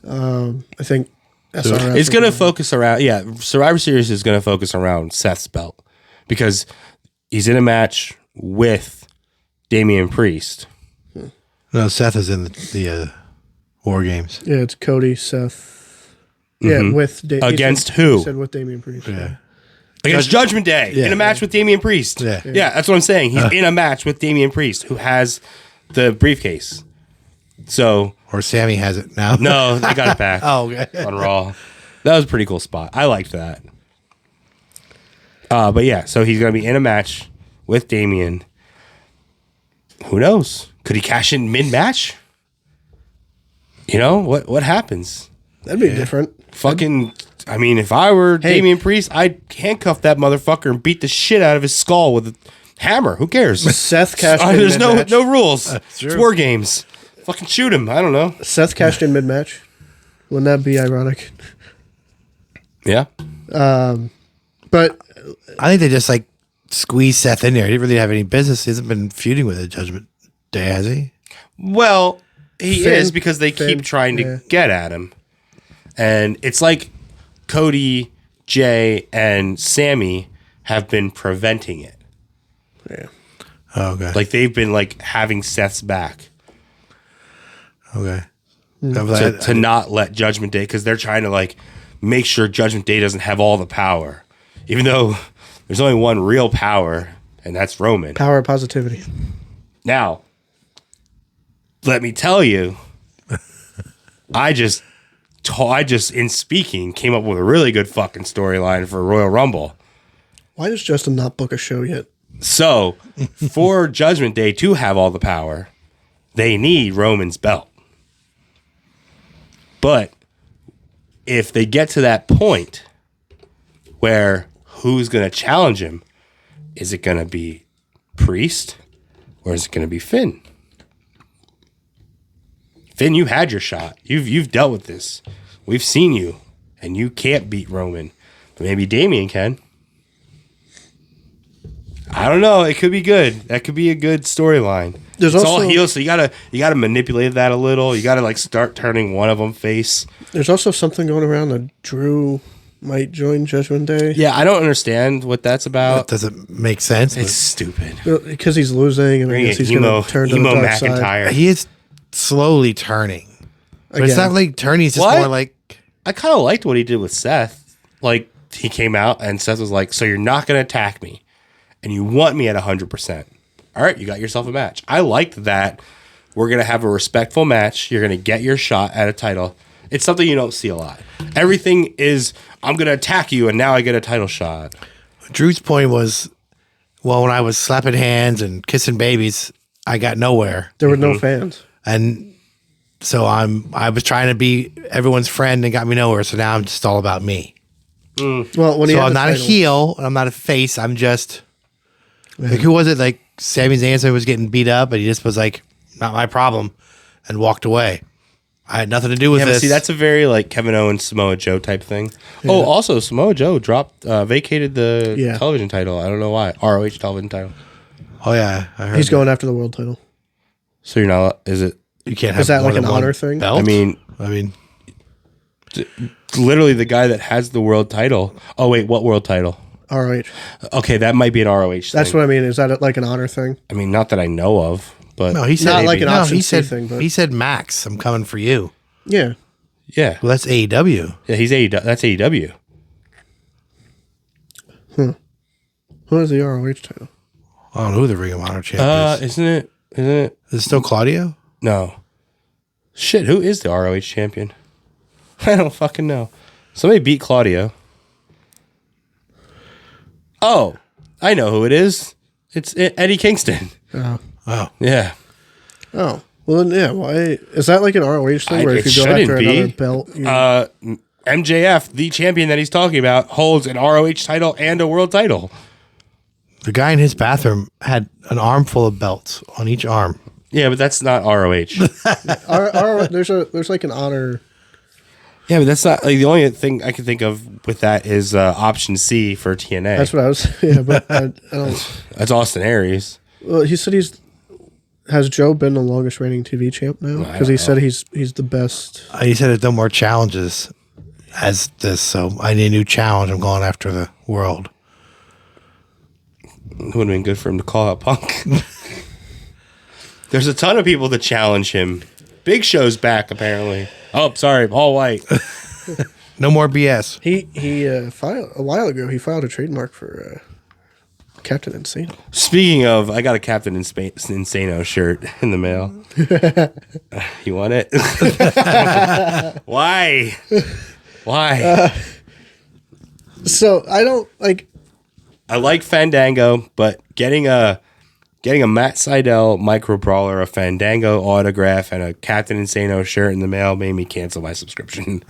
S1: Um, I think SRS
S2: It's
S1: will
S2: going to
S1: be-
S2: focus around, yeah. Survivor Series is going to focus around Seth's belt because he's in a match with Damian Priest.
S3: No, Seth is in the, the uh, War Games.
S1: Yeah, it's Cody, Seth. Yeah, with da- he said-
S2: Mm-hmm. Against who?
S1: he said with Damian Priest.
S3: Yeah.
S2: Against Judgment Day in
S3: yeah.
S2: a match with Damian Priest.
S3: Yeah.
S2: yeah, that's what I'm saying. He's in a match with Damian Priest, who has the briefcase. So
S3: Or Sammy has it now.
S2: no, they got it back
S3: Oh, okay.
S2: on Raw. That was a pretty cool spot. I liked that. Uh, but yeah, so he's gonna be in a match with Damian. Who knows? Could he cash in mid match? You know what? What happens?
S1: That'd be different.
S2: Fucking. I mean, if I were Damian Priest, I'd handcuff that motherfucker and beat the shit out of his skull with a hammer. Who cares?
S1: Seth cashed
S2: Uh,
S1: in
S2: there's no
S1: mid-match.
S2: no rules. It's
S3: true.
S2: war games. Fucking shoot him. I don't know.
S1: Seth cashed in mid match. Wouldn't that be ironic?
S2: Yeah.
S1: But
S3: I think they just like squeeze Seth in there. He didn't really have any business. He hasn't been feuding with the Judgment Day, has he?
S2: Well, he
S1: Finn-
S2: is because they
S1: Finn,
S2: keep trying to
S1: yeah.
S2: get at him, and it's like Cody, Jay, and Sammy have been preventing it.
S3: Oh, okay.
S2: Like they've been like having Seth's back.
S3: okay.
S1: Mm.
S3: I'm glad-
S2: to, to not let Judgment Day because they're trying to like make sure Judgment Day doesn't have all the power, even though there's only one real power, and that's Roman.
S1: power of positivity.
S2: Now, let me tell you, I just, ta- I just in speaking came up with a really good fucking storyline for Royal Rumble.
S1: Why does Justin not book a show yet?
S2: So, for Judgment Day to have all the power, they need Roman's belt. But if they get to that point where who's going to challenge him, is it going to be Priest or is it going to be Finn? Finn, you had your shot. You've you've dealt with this. We've seen you, and you can't beat Roman. But maybe Damien can. I don't know. It could be good. That could be a good storyline.
S1: There's
S2: It's all
S1: also-
S2: heels, so you gotta you gotta manipulate that a little. You gotta like start turning one of them face.
S1: There's also something going around that Drew might join Judgment Day.
S2: Yeah, I don't understand what that's
S3: that
S2: about.
S3: doesn't make sense.
S2: It's stupid.
S1: Because he's losing, and I
S2: Bring
S1: guess
S2: it,
S1: he's
S2: emo,
S1: going to turn to
S2: emo
S1: the dark side.
S3: but
S2: McIntyre.
S3: he is slowly turning. But it's
S1: Again.
S3: not like turning. It's just
S2: What?
S3: more like
S2: I kind of liked what he did with Seth. Like he came out and Seth was like, "So you're not going to attack me, and you want me at 100 percent. All right, you got yourself a match. I liked that. We're going to have a respectful match. You're going to get your shot at a title. It's something you don't see a lot. Everything is I'm going to attack you, and now I get a title shot.
S3: Drew's point was, well, when I was slapping hands and kissing babies, I got nowhere,
S1: There were no
S2: Mm-hmm.
S1: fans.
S3: and so I'm I was trying to be everyone's friend and got me nowhere. So now I'm just all about me.
S1: Well, when he
S3: So
S1: had the
S3: I'm not
S1: title-
S3: a heel and I'm not a face. I'm just like who was it? Like Sami Zayn was getting beat up, and he just was like, "Not my problem," and walked away. I had nothing to do with
S2: Yeah, but
S3: this.
S2: see, that's a very like Kevin Owens, Samoa Joe type thing. Oh, also Samoa Joe dropped, uh, vacated the
S1: Yeah.
S2: television title. I don't know why ROH television title.
S3: oh yeah, I heard
S1: He's
S3: that.
S1: going after the world title.
S2: So you're not. Is it?
S3: You can't.
S1: Is
S3: have
S1: that
S3: more
S1: like
S3: than
S1: an
S3: one
S1: honor thing?
S3: belt?
S2: I mean,
S3: I mean,
S2: Literally, the guy that has the world title. Oh wait, what world title?
S1: All right,
S2: Okay, that might be an ROH.
S1: that's
S2: thing.
S1: what I mean. Is that like an honor thing?
S2: I mean. Not that I know of, but
S3: No, he said
S1: Not like an
S3: no,
S1: option
S3: he
S1: C
S3: said
S1: thing, but-
S3: he said Max, I'm coming for you.
S1: Yeah,
S2: yeah,
S3: Well, that's E AEW.
S2: yeah, he's E AEW. That's AEW.
S1: what is the ROH title?
S3: I don't know who the Ring of Honor champ
S2: Uh,
S3: is.
S2: isn't it? Isn't it?
S3: Is it still Claudio?
S2: No. Shit, who is the ROH champion? I don't fucking know. Somebody beat Claudio. Oh, I know who it is. It's E- Eddie Kingston.
S3: Oh,
S2: Yeah.
S1: Oh, well then, yeah. Why is that like an ROH thing?
S2: I-
S1: Where if
S2: it
S1: you go after
S2: shouldn't be.
S1: another belt, you,
S2: Uh, MJF, the champion that he's talking about, holds an ROH title and a world title.
S3: the guy in his bathroom had an armful of belts on each arm.
S2: Yeah, but that's not ROH.
S1: R- R- there's a there's like an honor.
S2: yeah, but that's not like the only thing I can think of with that is uh, option C for TNA.
S1: That's
S2: That's,
S1: what I was. Yeah, but I, I don't.
S2: Austin Aries.
S1: Well, he said he's. Has Joe been the longest reigning TV champ now? Because he said he's he's the best.
S3: Uh, he said there's no more challenges as this, so I need a new challenge. I'm going after the world.
S2: It would have been good for him to call out Punk. There's a ton of people that challenge him. Big Show's back, apparently. Oh, sorry, Paul White.
S3: No more BS.
S1: He he uh, filed a while ago. He filed a trademark for uh, Captain Insane.
S2: Speaking of, I got a Captain Inspa- Insano shirt in the mail. you want it? Why? Why?
S1: So I don't like.
S2: I like Fandango, but getting a getting a Matt Seidel micro brawler, a Fandango autograph, and a Captain Insano shirt in the mail made me cancel my subscription.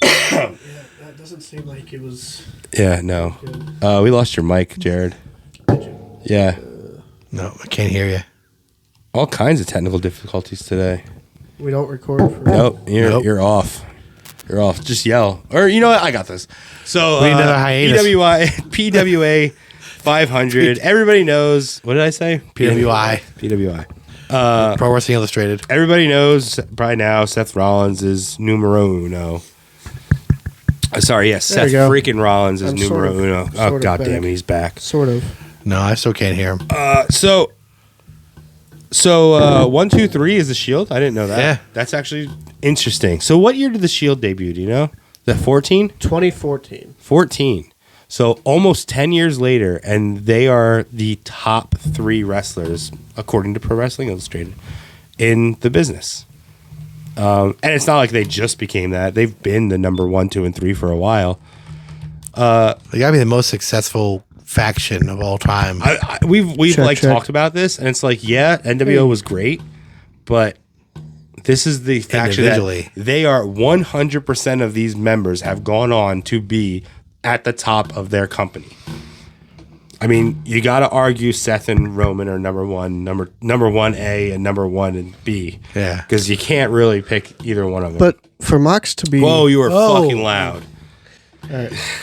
S1: That doesn't seem like it was.
S2: Yeah, no. Uh, we lost your mic, Jared. Yeah,
S3: No, I can't hear you.
S2: all kinds of technical difficulties today.
S1: We don't record for.
S2: Nope, you're
S3: Nope.
S2: you're off. You're off. Just yell, or you know what? I got this. So uh,
S3: need another hiatus.
S2: PWI, PWA, 500. Everybody knows. What did I say?
S3: PWI.
S2: PWI. Uh,
S3: Pro Wrestling Illustrated.
S2: Everybody knows by now. Seth Rollins is numero uno. Uh, sorry, yes,
S1: There you
S2: Seth
S1: go.
S2: freaking Rollins is
S1: I'm sort
S2: numero
S1: of-
S2: uno.
S1: sort
S2: Oh
S1: of
S2: god damn
S1: back.
S2: it, he's back.
S1: Sort of.
S3: No, I still can't hear him.
S2: So, so uh, one, two, three is the Shield. I didn't know that.
S3: Yeah.
S2: that's actually interesting. So, what year did the Shield debut? Do you know? The 14?
S1: 2014.
S2: 14. So almost ten years later, and they are the top three wrestlers according to Pro Wrestling Illustrated in the business. Um, and it's not like they just became that; they've been the number one, two, and three for a while.
S3: They gotta be the most successful faction of all time.
S2: I, I, we've we've
S1: Check,
S2: like
S1: check.
S2: talked about this, and it's like, yeah, NWO was great, but this is the faction
S3: Individually.
S2: that they are 100 percent of these members have gone on to be at the top of their company. I mean, you got to argue Seth and Roman are number one, number number one A, and number one and B.
S3: Yeah.
S2: because you can't really pick either one of them.
S1: But Oh. for Mox to be
S2: whoa, you were
S3: Whoa.
S2: fucking loud.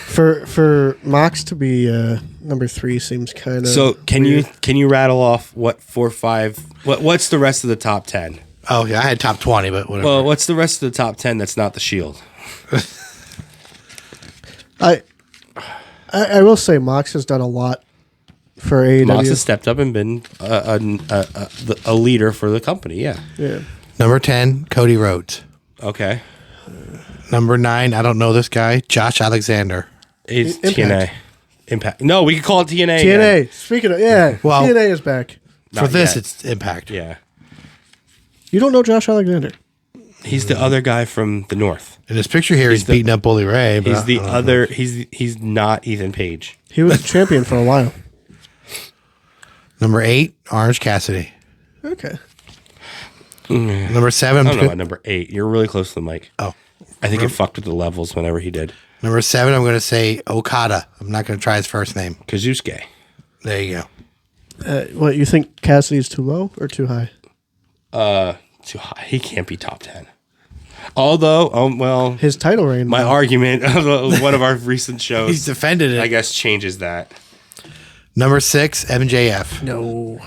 S1: for for Mox to be uh, number three seems kind of
S2: So can you can you rattle off what four five? What what's the rest of the top ten?
S3: oh yeah, I had top twenty, but whatever.
S2: Well, what's the rest of the top ten that's not the Shield?
S1: I, I I will say Mox has done a lot for E AEW.
S2: Moss has stepped up and been a, a, a, a, the- a leader for the company. Yeah.
S1: yeah.
S3: Number ten, Cody Rhodes.
S2: Okay.
S3: Number nine, I don't know this guy, Josh Alexander.
S2: It's
S1: Impact.
S2: TNA. Impact. No, we could call it TNA.
S1: TNA. Speaking of yeah,
S3: Well-
S1: TNA is back.
S2: Not
S3: for this,
S2: yet.
S3: it's Impact.
S2: Yeah.
S1: You don't know Josh Alexander.
S2: He's
S3: Uh-huh.
S2: the other guy from the North.
S3: In this picture here, he's,
S2: the-
S3: beating up Bully Ray. But uh,
S2: He's
S3: I-
S2: the
S3: I don't
S2: other. He's he's not Ethan Page.
S1: He was a champion for a while.
S3: know. number eight, Orange Cassidy.
S1: Okay.
S3: Number seven,
S2: I don't
S3: I'm
S2: know
S3: go-
S2: about number eight. You're really close to the mic.
S3: oh,
S2: I think it fucked with the levels whenever he did.
S3: number seven, I'm going to say Okada. I'm not going to try his first name.
S2: Kazusuke.
S3: There you go.
S1: Uh, what you think Cassidy's too low or too high?
S2: Too high. He can't be top ten. Although, um, well,
S1: His title reign.
S2: my argument of one of our recent shows,
S3: He's defended it.
S2: I guess, changes that.
S3: Number six, MJF.
S1: no.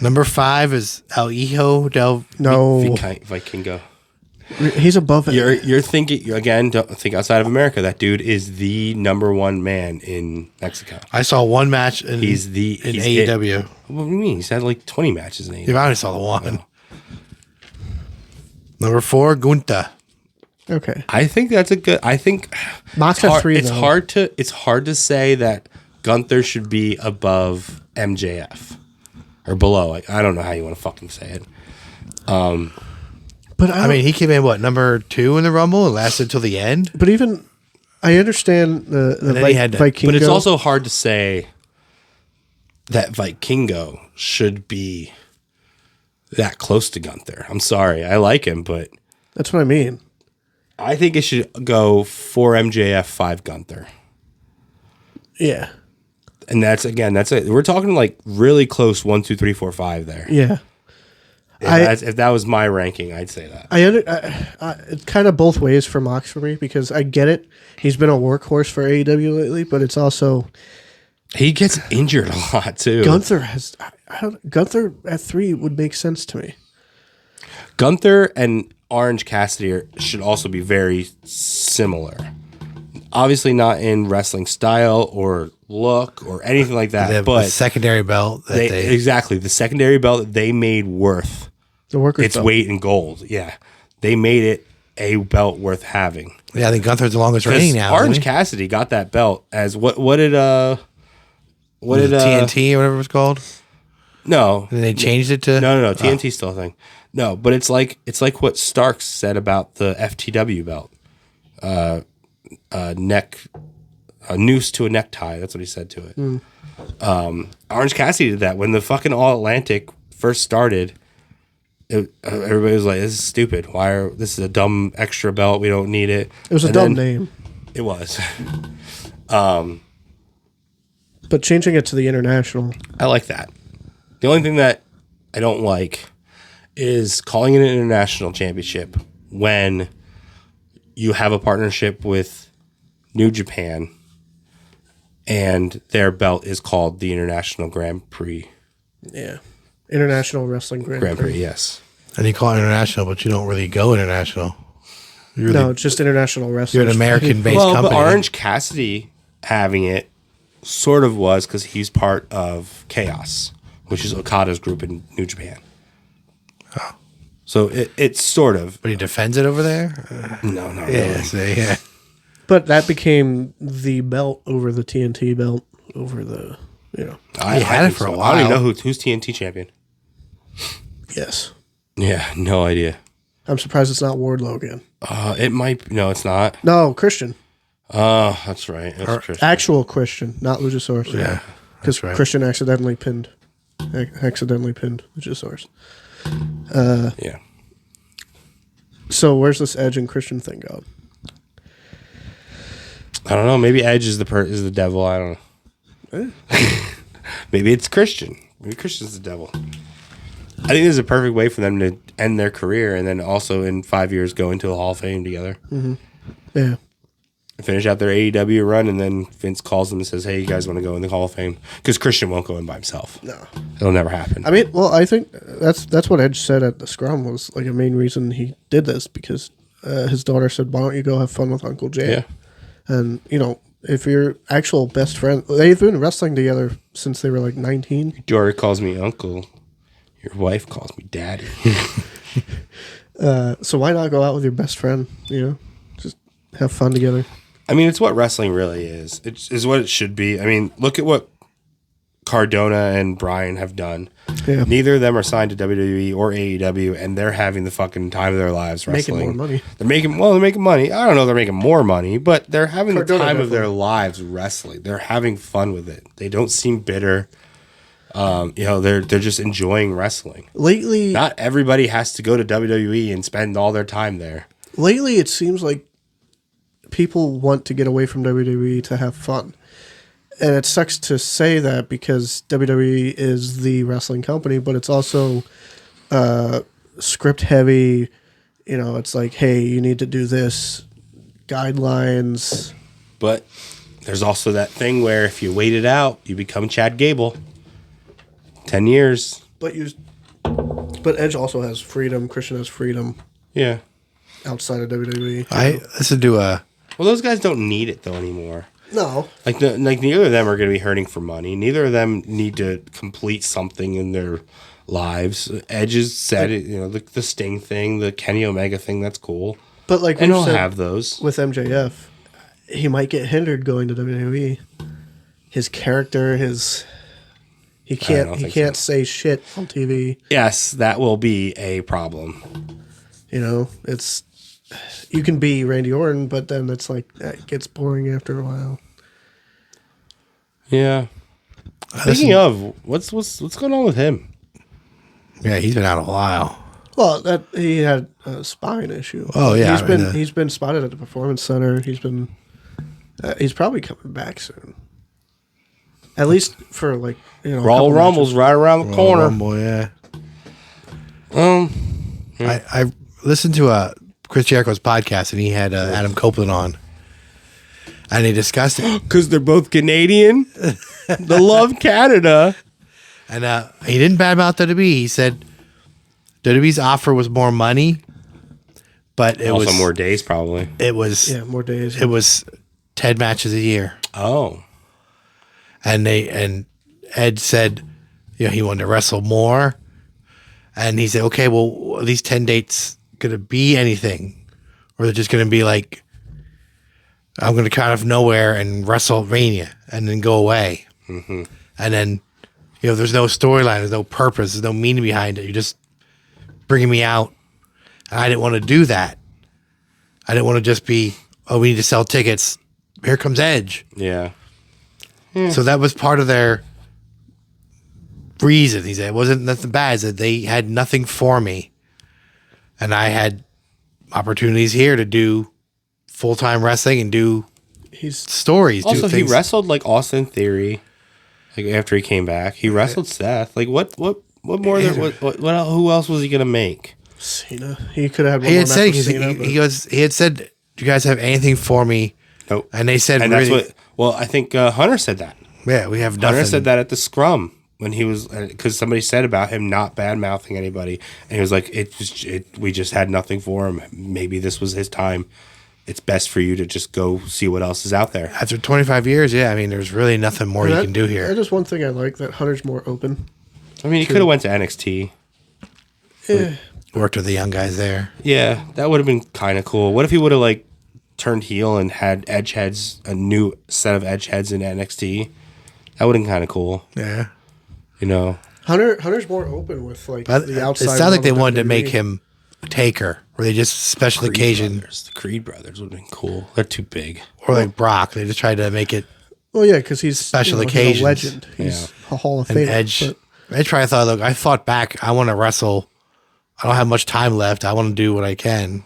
S3: Number five is El Hijo del
S1: No.
S2: Viking, Vikingo.
S1: He's above it.
S2: Oh. You're you're thinking you- again. Don't think outside of America. That dude is the number one man in Mexico.
S3: I saw one match in,
S2: He's the
S3: in
S2: he's it.
S3: AEW.
S2: What do you mean? He's had like twenty matches in
S3: If
S2: AEW.
S3: I only saw the one. Number four, Gunta.
S1: okay.
S2: I think that's a good. I think
S1: Mox
S2: it's
S1: had
S2: hard,
S1: three,
S2: it's
S1: though.
S2: hard to it's hard to say that Gunther should be above MJF or below. Like, I don't know how you want to fucking say it.
S1: But I,
S3: I
S1: mean,
S3: mean, he came in what number two in the Rumble and lasted till the end.
S1: but even I understand the the
S3: then he
S1: Vi-
S3: had to-
S1: Vikingo.
S2: But it's also hard to say that Vikingo should be that close to Gunther. I'm sorry. I like him, but
S1: that's what I mean.
S2: I think it should go four MJF, five Gunther.
S1: Yeah.
S2: And that's again, that's it. We're talking like really close one, two, three, four, five there.
S1: Yeah.
S2: If,
S1: I-
S2: that's, if that was my ranking, I'd say that.
S1: I under I, I, it's kind of both ways for Mox for me because I get it. He's been a workhorse for AEW lately, but it's also
S2: He gets injured a lot too.
S1: Gunther has I, I don't, Gunther at three would make sense to me.
S2: Gunther and Orange Cassidy are, should also be very similar. Obviously, not in wrestling style or look or anything like that,
S3: They have
S2: but
S3: a secondary belt that
S2: they,
S3: they,
S2: exactly the secondary belt that they made worth
S1: The worker.
S2: its weight in gold. Yeah, they made it a belt worth having.
S3: yeah, I think Gunther's the longest
S2: 'Cause
S3: reigning now. eh?
S2: Orange
S3: isn't he?
S2: Cassidy got that belt as what? What did uh? What did uh,
S3: TNT or whatever it was called.
S2: No,
S3: And they changed it to
S2: No, no,
S1: Oh.
S2: no. TNT still a thing. No, but it's like it's like what Starks said about the FTW belt, uh, uh, neck, a noose to a necktie. That's what he said to it.
S1: Hmm.
S2: Um, Orange Cassidy did that when the fucking All Atlantic first started. It, uh, everybody was like, "This is stupid. Why are this is a dumb extra belt? We don't need it."
S1: It was a
S2: And
S1: dumb
S2: then-
S1: name,
S2: It was.
S1: but changing it to the international.
S2: I like that. The only thing that I don't like is calling it an international championship when you have a partnership with New Japan and their belt is called the International Grand Prix.
S1: Yeah. International wrestling grand.
S2: Grand
S1: Prix.
S2: Prix, yes.
S3: and you call it international, but you don't really go international. You're,
S1: No,
S3: the,
S1: it's just international wrestling.
S3: you're an American based
S2: Well, but
S3: company.
S2: Orange Cassidy having it sort of was because he's part of Chaos, which is Okada's group in New Japan.
S3: Oh.
S2: So it, it's sort of
S3: but he defends it over there.
S2: no, not really.
S3: Yeah, so, yeah.
S1: But that became the belt over the TNT belt over the you know.
S2: I
S3: He had
S2: I
S3: it
S2: think
S3: for a
S2: so. I don't even
S3: while.
S2: know who, who's TNT champion.
S1: Yes.
S2: Yeah, no idea.
S1: I'm surprised it's not Wardlow again.
S2: Uh, it might. No, it's not.
S1: No, Christian.
S2: Oh, that's right. That's Chris.
S1: Actual Christian, not Luchasaurus.
S3: Yeah,
S1: Because
S3: right.
S1: Christian accidentally pinned, ac- accidentally pinned Luchasaurus.
S2: yeah.
S1: So where's this Edge and Christian thing going?
S2: I don't know. Maybe Edge is the per- is the devil. I don't know. Maybe it's Christian. Maybe Christian's the devil. I think this is a perfect way for them to end their career and then also in five years go into the Hall of Fame together.
S1: Yeah.
S2: Finish out their AEW run and then Vince calls them and says, "Hey, you guys want to go in the Hall of Fame?" Because Christian won't go in by himself. No, it'll never happen.
S1: I mean, well, I think that's that's what Edge said at the scrum was like a main reason he did this because uh, his daughter said, "Why don't you go have fun with Uncle Jay?"
S2: yeah.
S1: And you know, if your actual best friend, they've been wrestling together since they were like 19.
S2: Dory calls me uncle. Your wife calls me daddy.
S1: Uh, so why not go out with your best friend? You know, just have fun together.
S2: I mean, it's what wrestling really is. It is what it should be. I mean, look at what Cardona and Brian have done.
S1: Yeah.
S2: Neither of them are signed to WWE or AEW, and they're having the fucking time of their lives
S1: Making
S2: wrestling.
S1: more money.
S2: They're making well, they're making money. I don't know, if they're making more money, but they're having the time
S1: Cardona
S2: of their lives wrestling. They're having fun with it. They don't seem bitter. Um, you know, they're they're just enjoying wrestling.
S1: Lately,
S2: Not everybody has to go to WWE and spend all their time there.
S1: lately it seems like people want to get away from WWE to have fun. And it sucks to say that because WWE is the wrestling company, but it's also uh, script heavy. You know, it's like, hey, you need to do this, guidelines.
S2: But there's also that thing where if you wait it out, you become Chad Gable. Ten years.
S1: But you, but Edge also has freedom. Christian has freedom.
S2: Yeah.
S1: outside of E. WWE.
S3: I listened to a
S2: Well, those guys don't need it though anymore.
S1: No,
S2: Like, the, like neither of them are going to be hurting for money. Neither of them need to complete something in their lives. Edge has said it. You know, the, the Sting thing, the Kenny Omega thing. That's cool.
S1: but like
S2: And
S1: we
S2: I'll
S1: said
S2: have those.
S1: with MJF, he might get hindered going to WWE. His character, his he can't
S2: don't
S1: he
S2: think
S1: can't say shit on TV.
S2: Yes, that will be a problem.
S1: You know, it's you can be Randy Orton, but then it's like that gets boring after a while.
S2: Yeah. Speaking of, what's what's what's going on with him?
S3: yeah, he's been out a while.
S1: Well, that he had a spine issue.
S3: Oh, yeah,
S1: he's
S3: I mean,
S1: been
S3: uh,
S1: he's been spotted at the performance center. He's been uh, he's probably coming back soon. At least for like you know, a
S2: Raw
S1: couple matches.
S2: Rumble's right around the corner.
S3: Rumble, yeah.
S2: Um,
S3: I, I listened to uh, Chris Jericho's podcast and he had uh, Adam Copeland on, and they discussed it.
S2: because they're both Canadian. they love Canada.
S3: And uh, he didn't badmouth WWE. He said WWE's offer was more money, but it
S2: also,
S3: was
S2: more days probably.
S3: It was
S1: Yeah, more days.
S3: it was ten matches a year,
S2: Oh,
S3: and they and Ed said, you know, he wanted to wrestle more, and he said, okay, well, are these ten dates gonna be anything, or they're just gonna be like, I'm gonna kind of nowhere and WrestleMania and then go away, and then you know, there's no storyline, there's no purpose, there's no meaning behind it. You're just bringing me out, and I didn't want to do that. I didn't want to just be, oh, we need to sell tickets. Here comes Edge.
S2: yeah.
S3: So that was part of their reason. He said it wasn't nothing bad. Is that they had nothing for me, and I had opportunities here to do full time wrestling and do
S1: He's
S3: stories.
S2: Also,
S3: do
S2: he
S3: things.
S2: wrestled like Austin Theory. Like after he came back, he wrestled Seth. Like what? What? What more? There, what, what? What? el- Who else was he gonna make?
S1: Cena. He could have had one
S3: He
S1: more
S3: had
S1: match
S3: said
S1: with
S3: he,
S1: Cena,
S3: he goes. He had said, "Do you guys have anything for me?"
S2: Nope.
S3: And they said,
S2: And that's
S3: really,
S2: what. Well, I think uh, Hunter said that.
S3: "Yeah, we have
S2: Hunter
S3: nothing."
S2: said that at the scrum when he was because somebody said about him not bad mouthing anybody, and he was like, "It was it, we just had nothing for him. Maybe this was his time. It's best for you to just go see what else is out there."
S3: After 25 years, yeah, I mean, there's really nothing more
S1: but
S3: you
S1: that-
S3: can do
S1: That
S3: here.
S1: is one thing I like that Hunter's more open.
S2: I mean, he could have went to NXT.
S1: Eh,
S3: Worked with the young guys there.
S2: Yeah, that would have been kind of cool. What if he would have like turned heel and had edge heads, a new set of edge heads in NXT? That would have been kind of cool,
S3: Yeah.
S2: you know.
S1: Hunter Hunter's more open with like
S3: But
S1: the outside.
S3: it sounds like
S1: world
S3: they
S1: of E.
S3: wanted to
S1: WWE.
S3: make him a taker, or they just special occasion,
S2: Brothers, the Creed brothers would have been cool. They're too big.
S3: or like Brock. They just tried to make it
S1: Well, yeah, because he's
S3: Special
S1: you know,
S3: occasions.
S1: He's a legend. He's a Hall of
S3: an
S1: Famer.
S3: edge.
S1: but-
S3: Edge probably thought, look, I fought back. I want to wrestle. I don't have much time left. I want to do what I can.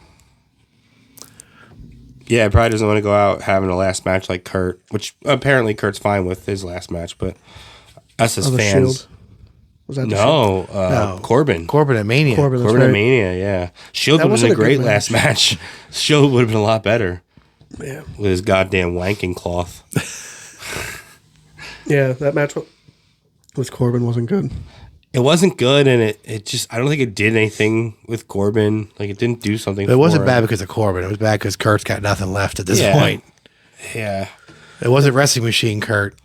S2: Yeah, he probably doesn't want to go out having a last match like Kurt, which apparently Kurt's fine with his last match, but us as
S1: Oh, the
S2: fans,
S1: Shield. Was that the Shield?
S2: no, uh,
S3: No.
S2: Corbin, Corbin,
S3: Corbin and Mania.
S1: Corbin, that's
S2: and
S1: right.
S2: Mania, yeah, Shield would have
S1: wasn't
S2: been a
S1: a good
S2: great
S1: match.
S2: last match. Shield would have been a lot better
S1: Yeah.
S2: with his goddamn wanking cloth.
S1: Yeah, that match wa- with Corbin wasn't good.
S2: it wasn't good and it, it just i don't think it did anything with corbin like it didn't do something
S3: But it wasn't
S2: for
S3: bad
S2: him.
S3: because of Corbin. It was bad because Kurt's got nothing left at this
S2: Yeah.
S3: point.
S2: yeah
S3: It wasn't wrestling machine Kurt.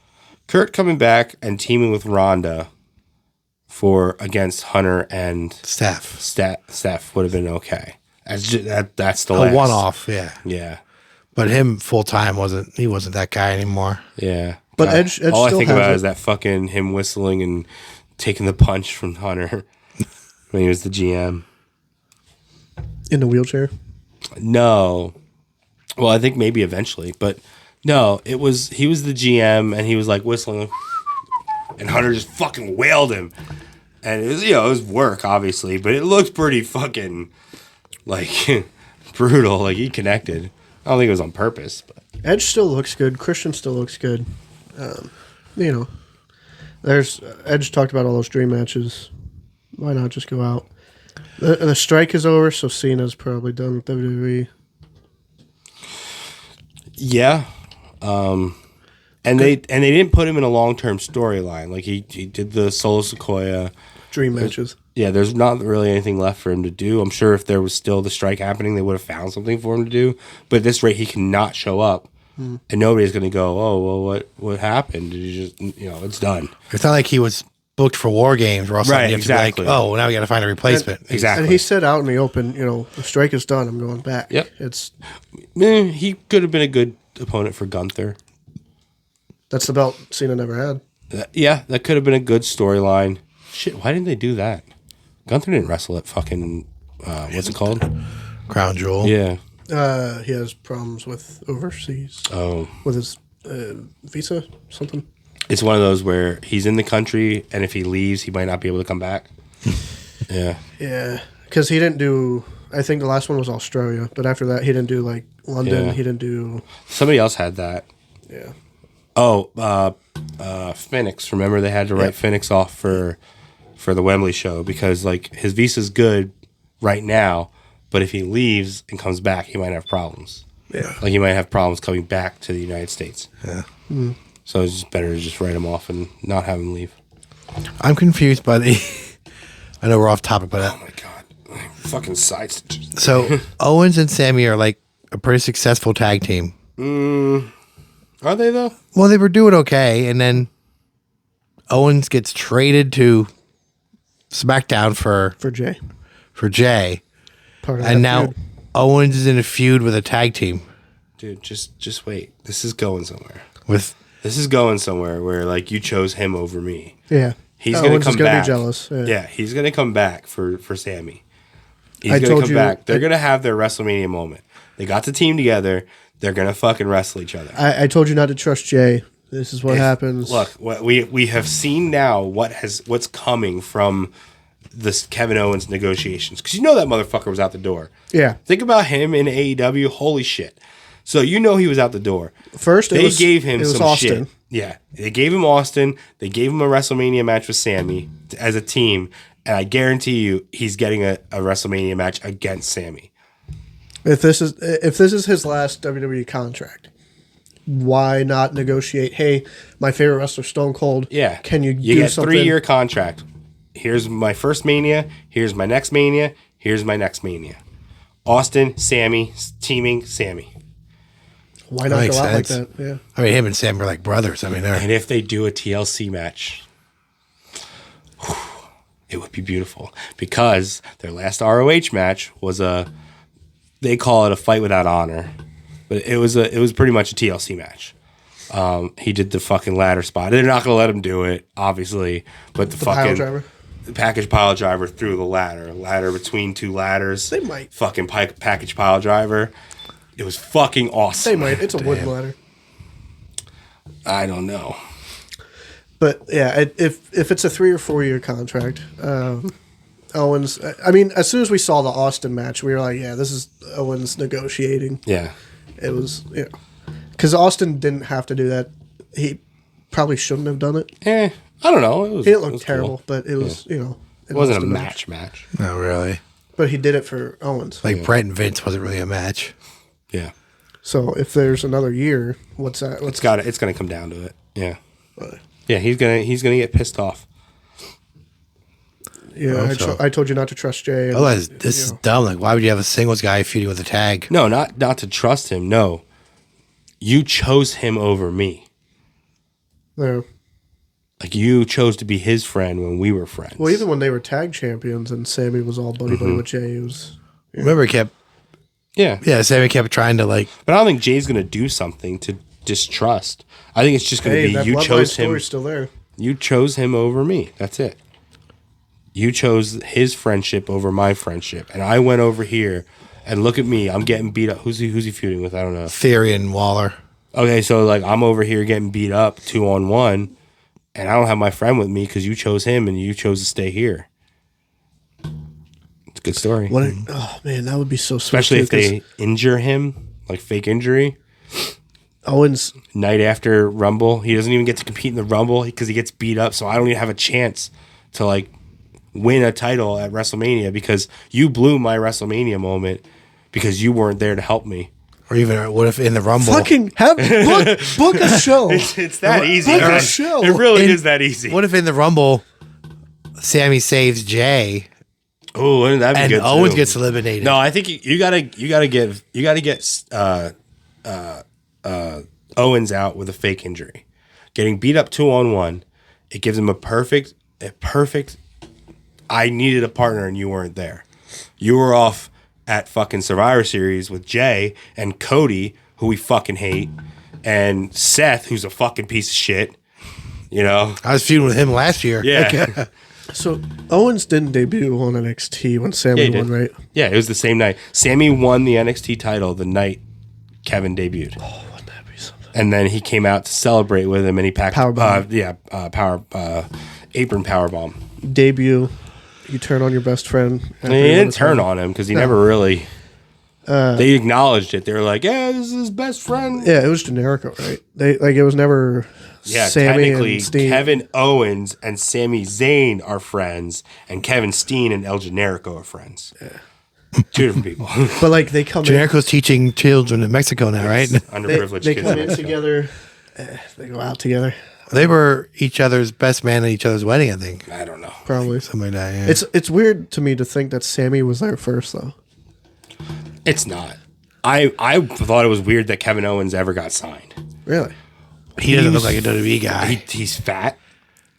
S2: kurt coming back and teaming with Ronda for against hunter and
S3: Steph.
S2: Steph, Steph would have been okay that's ju- that, that's the
S3: A
S2: last.
S3: one off, yeah.
S2: yeah
S3: But him full time wasn't. He wasn't that guy anymore.
S2: yeah
S1: But
S2: God,
S1: Edge- Edge
S2: all i
S1: still
S2: think
S1: has
S2: about
S1: it.
S2: is that fucking him whistling and taking the punch from hunter when he was the gm
S1: In the wheelchair.
S2: No. Well, I think maybe eventually, but no, it was he was the GM and he was like whistling and Hunter just fucking wailed him. And it was you know, it was work obviously, but it looked pretty fucking like brutal. Like he connected. I don't think it was on purpose, but
S1: Edge still looks good. Christian still looks good. Um, you know, there's Edge talked about all those dream matches. Why not just go out? The, the strike is over, so Cena's probably done with E WWE.
S2: yeah. Um and they and they didn't put him in a long term storyline. Like he, he did the solo Sequoia,
S1: Dream matches.
S2: yeah, there's not really anything left for him to do. I'm sure if there was still the strike happening, they would have found something for him to do. But at this rate, he cannot show up, and nobody's going to go, "Oh, well, what what happened? Did you just you know, it's done."
S3: It's not like he was booked for war games where all of a sudden
S2: Right,
S3: you have
S2: exactly.
S3: to be like, oh, well, now we got to find a replacement. He's-
S2: Exactly.
S1: And he said out in the open, you know, the strike is done. I'm going back.
S2: Yep.
S1: It's
S2: Eh, he could have been a good opponent for Gunther.
S1: that's the belt Cena never had.
S2: That- yeah, that could have been a good storyline. Shit, why didn't they do that? Gunther didn't wrestle at fucking uh, what's it called?
S3: Crown Jewel.
S2: Yeah.
S1: Uh, he has problems with overseas
S2: Oh,
S1: with his uh, visa, something.
S2: it's one of those where he's in the country, and if he leaves, he might not be able to come back. yeah.
S1: Yeah, because he didn't do. I think the last one was Australia, but after that, he didn't do like London.
S2: Yeah.
S1: He didn't do.
S2: Somebody else had that.
S1: Yeah.
S2: Oh, uh, uh, Phoenix. Remember they had to write Phoenix off for for the Wembley show because like his visa's good right now, but if he leaves and comes back, he might have problems.
S3: Yeah.
S2: Like he might have problems coming back to the United States.
S3: Yeah.
S2: Mm-hmm. So it's just better to just write him off and not have him leave.
S3: I'm confused by the. I know we're off topic, but uh,
S2: Oh my god, fucking sides.
S3: so Owens and Sammy are like a pretty successful tag team.
S2: Are they though?
S3: Well, they were doing okay, and then Owens gets traded to SmackDown for
S1: For Jay,
S3: for Jay,
S1: part of that
S3: and now
S1: feud.
S3: Owens is in a feud with a tag team
S2: Dude, just just wait. This is going somewhere.
S3: with
S2: This is going somewhere where like you chose him over me.
S1: yeah,
S2: He's
S1: Oh,
S2: gonna
S1: Owens is
S2: come back.
S1: Be jealous. Yeah.
S2: Yeah. he's gonna come back for for Sammy. He's
S1: I
S2: gonna
S1: told
S2: come
S1: you-
S2: back. They're
S1: I-
S2: gonna have their WrestleMania moment. They got the team together. They're gonna fucking wrestle each other.
S1: I, I told you not to trust Jay. This is what
S2: If-
S1: happens.
S2: Look, what we we have seen now what has what's coming from this Kevin Owens negotiations because you know that motherfucker was out the door.
S1: Yeah.
S2: Think about him in AEW. Holy shit! So you know he was out the door.
S1: First, it
S2: they
S1: was-
S2: gave him
S1: it was
S2: some
S1: Austin.
S2: shit. Yeah, they gave him Austin. They gave him a WrestleMania match with Sammy t- as a team, and I guarantee you, he's getting a, a WrestleMania match against Sammy.
S1: If this is if this is his last WWE contract, why not negotiate? Hey, my favorite wrestler, Stone Cold.
S2: Yeah,
S1: Can you,
S2: You
S1: do
S2: get
S1: something?
S2: three year contract. Here's my first Mania. Here's my next Mania. Here's my next Mania. Austin, Sammy, s- teaming Sammy.
S1: Why not
S3: Makes
S1: go out
S3: sense.
S1: like that? Yeah.
S3: I mean him and Sam are like brothers. I mean they're
S2: And if they do a TLC match, whew, it would be beautiful because their last ROH match was a they call it a fight without honor, but it was a it was pretty much a TLC match. Um, he did the fucking ladder spot. They're not gonna let him do it, obviously. But the, fucking
S1: pile driver?
S2: the package pile driver through the ladder, ladder between two ladders.
S1: They might.
S2: fucking pi- package pile driver. It was fucking awesome.
S1: They might. It's a wooden ladder.
S2: I don't know.
S1: But yeah, it, if if it's a three or four year contract, um, Owens. I- I mean, as soon as we saw the Austin match, we were like, yeah, this is Owens negotiating.
S2: Yeah.
S1: It was you know, because Austin didn't have to do that. He probably shouldn't have done it.
S2: Eh, I don't know. It was,
S1: It looked
S2: was cool.
S1: terrible, but it was you know
S2: It wasn't a match match.
S3: no really
S1: But he did it for Owens.
S3: like Brett and Vince wasn't really a match.
S2: Yeah.
S1: So if there's another year, what's that? What's
S2: It's got it's gonna come down to it. Yeah. Yeah, he's gonna he's gonna get pissed off.
S1: yeah? I,
S3: so.
S1: tro- I told you not to trust Jay.
S2: Oh,
S1: and-
S3: Otherwise, this is dumb. Like, why would you have a singles guy feuding with a tag?
S2: No, not not to trust him. No. You chose him over me.
S1: Yeah.
S2: Like you chose to be his friend when we were friends.
S1: Well, even when they were tag champions and Sammy was all buddy
S2: Mm-hmm.
S1: buddy with Jay, it was
S3: Remember, he kept
S2: yeah.
S3: yeah, Sammy kept trying to like
S2: But I don't think Jay's gonna do something to distrust. I think it's just gonna
S1: hey,
S2: be
S1: that
S2: you
S1: bloodline
S2: chose him
S1: story's still there.
S2: you chose him over me. That's it. You chose his friendship over my friendship. And I went over here and look at me. I'm getting beat up. Who's he who's he feuding with? I don't know.
S3: Theory and Waller.
S2: okay, so like I'm over here getting beat up two on one, and I don't have my friend with me because you chose him and you chose to stay here. It's a good story.
S1: What? A, oh man, that would be so sweet.
S2: Mm-hmm. Especially
S1: too,
S2: if they injure him, like fake injury.
S1: 'cause Owens.
S2: Night after Rumble, he doesn't even get to compete in the Rumble because he gets beat up. So I don't even have a chance to like win a title at WrestleMania because you blew my WrestleMania moment because you weren't there to help me.
S3: Or even uh, what if in the Rumble?
S1: Fucking have book, book a show.
S2: It's that easy.
S1: Fucking
S2: guys.
S1: show.
S2: It really
S3: In-
S2: is that easy.
S3: What if in the Rumble, Sammy saves Jay
S2: Oh, wouldn't that be
S3: and
S2: good?
S3: Owens
S2: too?
S3: gets eliminated.
S2: No, I think you, you gotta you gotta get you gotta get uh, uh, uh, Owens out with a fake injury, getting beat up two on one. It gives him a perfect a perfect. I needed a partner and you weren't there. You were off at fucking Survivor Series with Jay and Cody, who we fucking hate, and Seth, who's a fucking piece of shit. You know,
S3: I was feuding with him last year.
S2: yeah,
S1: So Owens didn't debut on NXT when
S2: Yeah,
S1: Sammy
S2: he
S1: won,
S2: did.
S1: right?
S2: Yeah, it was the same night. Sammy won the NXT title the night Kevin debuted.
S1: Wouldn't that be something?
S2: and then he came out to celebrate with him, and he packed
S1: Power bomb.
S2: Uh, yeah, uh, power uh, apron power bomb.
S1: Debut, you turn on your best friend.
S2: And he didn't turn on him because he never really. they acknowledged it. They were like, "Yeah, this is his best friend."
S1: Uh, Yeah, it was generico, right? They like it was never.
S2: Yeah,
S1: Sammy
S2: technically,
S1: and Steen.
S2: Kevin Owens and Sami Zayn are friends, and Kevin Steen and El Generico are friends. Two different people,
S1: but like they come in,
S3: Generico's teaching children in Mexico now, right?
S1: they,
S2: underprivileged
S1: they
S2: kids.
S1: come in
S2: Mexico.
S1: together, eh, they go out together.
S3: They were each other's best man at each other's wedding, I think.
S2: I don't know.
S1: Probably.
S3: Something like that. Yeah.
S1: It's it's weird to me to think that Sammy was there first though.
S2: It's not. I I thought it was weird that Kevin Owens ever got signed.
S1: Really?
S3: he doesn't look like a WWE guy.
S2: he, he's fat.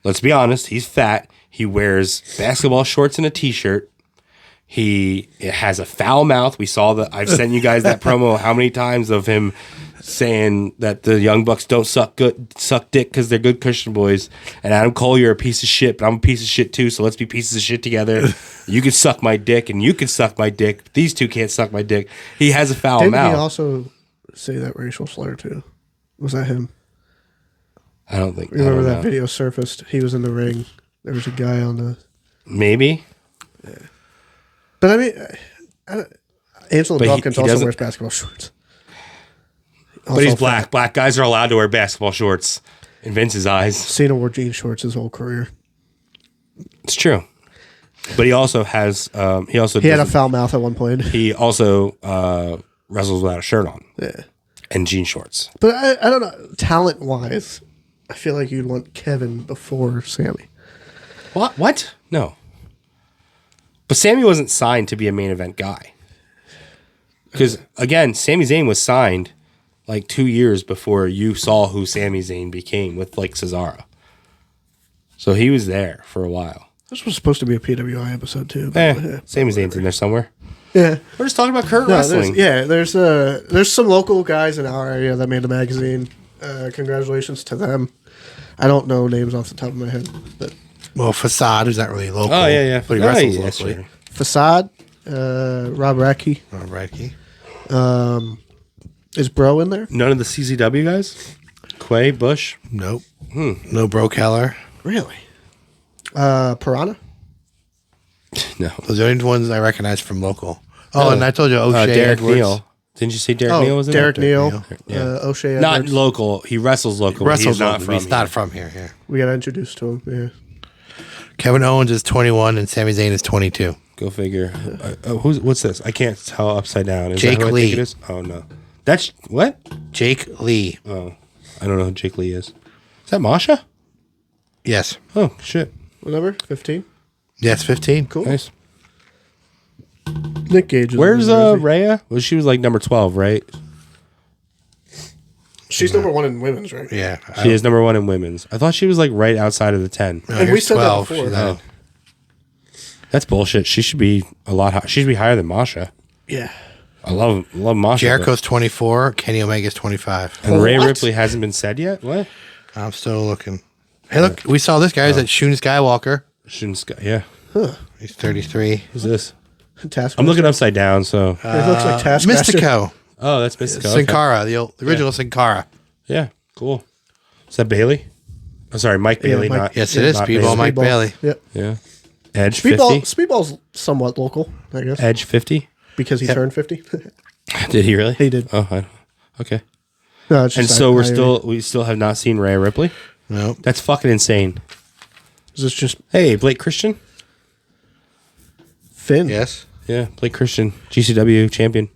S2: Let's be honest, he's fat. He wears basketball shorts and a t-shirt. He has a foul mouth. We saw that. I've sent you guys that promo how many times of him saying that the young bucks don't suck good suck dick because they're good Christian boys. And Adam Cole, you're a piece of shit, but I'm a piece of shit too. So let's be pieces of shit together. You can suck my dick, and you can suck my dick. but These two can't suck my dick. He has a foul
S1: Didn't
S2: mouth.
S1: he also say that racial slur too? Was that him?
S2: I don't think. I don't
S1: Remember that
S2: know.
S1: video surfaced? He was in the ring. There was a guy on the.
S2: Maybe.
S1: But I mean, I, I, Angela
S2: he-
S1: Dawkins
S2: he
S1: also
S2: doesn't-
S1: wears basketball shorts.
S2: But he's
S1: Also,
S2: black. Black guys are allowed to wear basketball shorts in Vince's eyes.
S1: Cena wore jean shorts his whole career.
S2: It's true. But he also has um, he also
S1: He had a
S2: doesn't-
S1: foul mouth at one point.
S2: he also uh, wrestles without a shirt on
S1: Yeah.
S2: and jean shorts.
S1: But I, I don't know. Talent wise, I feel like you'd want Kevin before Sammy.
S2: What? What? No. But Sammy wasn't signed to be a main event guy. Because again, Sami Zayn was signed like two years before you saw who Sami Zayn became with like Cesaro. So he was there for a while.
S1: This was supposed to be a PWI episode too. but-
S2: Eh, Sami Zayn's in there somewhere.
S1: yeah.
S2: We're just talking about current
S1: No,
S2: wrestling.
S1: there's, yeah, there's uh, there's some local guys in our area that made the magazine. Uh, congratulations to them. I don't know names off the top of my head, but
S3: well, Facade, who's not really local.
S2: Oh yeah, yeah.
S3: But he
S2: Oh,
S3: wrestles
S2: yeah,
S3: locally. Oh,
S2: sure.
S1: Facade, uh, Rob Racky,
S3: All right, he-
S1: is Bro in there?
S2: None of the CZW guys. Quay Bush.
S3: Nope.
S2: Hmm.
S3: No Bro Keller.
S1: Really? Uh, Piranha?
S2: No.
S3: Those are the only ones I recognize from local. Oh, and I told you O'Shea
S2: Uh, Derek
S3: Edwards.
S2: Neal. Didn't you see Derek Neal
S1: Oh,
S2: was in
S1: Derek
S2: there?
S1: Neal,
S3: Neal.
S1: Uh, O'Shea.
S2: Not
S1: Edwards.
S2: local. He wrestles local. but
S3: Russell's
S2: he's not
S3: local,
S2: from.
S3: he's
S2: here.
S3: not from here. Yeah.
S1: we got introduced to him. Yeah.
S3: Kevin Owens is 21 and Sami Zayn is 22.
S2: Go figure. Uh, oh, who's what's this? I can't tell upside down. Is
S3: Jake
S2: that who I
S3: Lee.
S2: think it is? Oh no. That's what?
S3: Jake Lee.
S2: Oh, I don't know who Jake Lee is. Is that Masha?
S3: Yes.
S2: Oh shit.
S1: Whatever. Fifteen.
S3: Yes, 15. Cool.
S2: Nice.
S1: Nick Gage. Is
S2: Where's
S1: in New
S2: uh
S1: Jersey.
S2: Rhea? Well, she was like number twelve, right?
S1: She's number one in women's, right?
S3: Yeah. I-
S2: She is number one in women's. I thought she was like right outside of the ten.
S3: no,
S1: and we
S3: here's
S1: said that
S3: 12.
S1: before.
S3: She's out.
S2: That's bullshit. She should be a lot. High. She should be higher than Masha.
S1: Yeah.
S2: I love love Masha.
S3: Jericho's 24. Kenny Omega's 25.
S2: but- and Ray
S1: What?
S2: Ripley hasn't been said yet. What?
S3: I'm still looking. Hey, look, we saw this guy. He's at Shun Skywalker.
S2: Shouldn't Sky- yeah.
S3: He's 33.
S2: Who's this?
S1: Taskmaster.
S2: I'm Uh, looking upside down. So
S1: it looks like Taskmaster.
S3: Mystico.
S2: oh, that's Mystico.
S3: Sin
S2: Okay.
S3: Cara, the, old, the original Sin Cara.
S2: Yeah, cool. Is that Bailey? I'm sorry, Mike Bailey.
S1: Mike-
S2: not
S3: Yes, it is.
S2: not
S3: Speedball
S2: Bailey.
S3: Mike
S1: Speedball.
S3: Bailey.
S1: Yep.
S2: Yeah, Edge
S1: Speedball.
S2: fifty.
S1: Speedball's somewhat local, I guess,
S2: Edge fifty.
S1: because he turned fifty.
S2: Did he really?
S1: He did.
S2: Oh, I, okay.
S1: no, it's
S2: And
S1: just
S2: so
S1: I-
S2: we're
S1: I-
S2: still we still have not seen Ray Ripley.
S3: Nope.
S2: That's fucking insane.
S1: Is this just
S2: Hey, Blake Christian.
S1: Finn?
S3: Yes.
S2: Yeah, Blake Christian, GCW champion,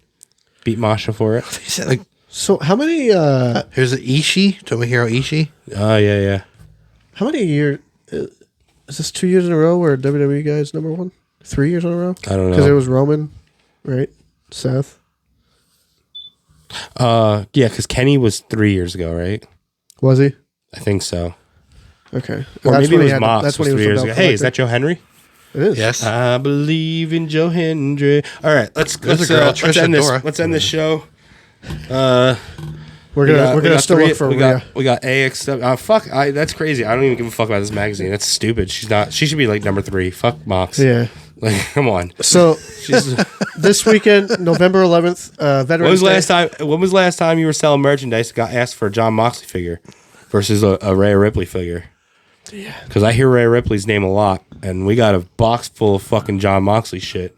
S2: beat Masha for it.
S3: He said, like,
S1: So how many uh
S3: here's the Ishii, Tomohiro Ishii.
S2: Oh yeah, yeah.
S1: uh, how many year is this two years in a row where WWE guy is E number one? Three years in a row?
S2: I don't
S1: Because it
S2: know.
S1: was Roman, right? Seth.
S2: Uh, yeah, because Kenny was three years ago, right?
S1: Was he?
S2: I think so.
S1: Okay.
S2: Or
S1: That's
S2: maybe
S1: when
S2: it
S1: he
S2: was
S1: had the-
S2: Mox.
S1: That's
S2: was
S1: when he was
S2: three
S1: the belt
S2: years ago. Hey, is that
S1: collector.
S2: Joe Henry?
S1: It is.
S3: Yes.
S2: I believe in Joe Hendry. All right, let's
S3: There's
S2: let's,
S3: a girl,
S2: uh, let's
S3: Trisha
S2: end this.
S3: Dora.
S2: Let's end this show.
S1: We're gonna
S2: Uh, we got-
S1: we're
S2: we
S1: gonna
S2: got
S1: still
S2: three-
S1: look for
S2: we
S1: Rhea.
S2: got we got AX. Uh, fuck, I, that's crazy. I don't even give a fuck about this magazine. That's stupid. She's not. She should be like number three. Fuck Mox.
S1: Yeah.
S2: Like, come on.
S1: So
S2: She's, when
S1: this weekend, November 11th, uh, Veterans
S2: was
S1: Day.
S2: last time? When was last time you were selling merchandise? that Got asked for a John Moxley figure versus a, a Ray Ripley figure. Yeah. Because I hear Ray Ripley's name a lot, and we got a box full of fucking John Moxley shit.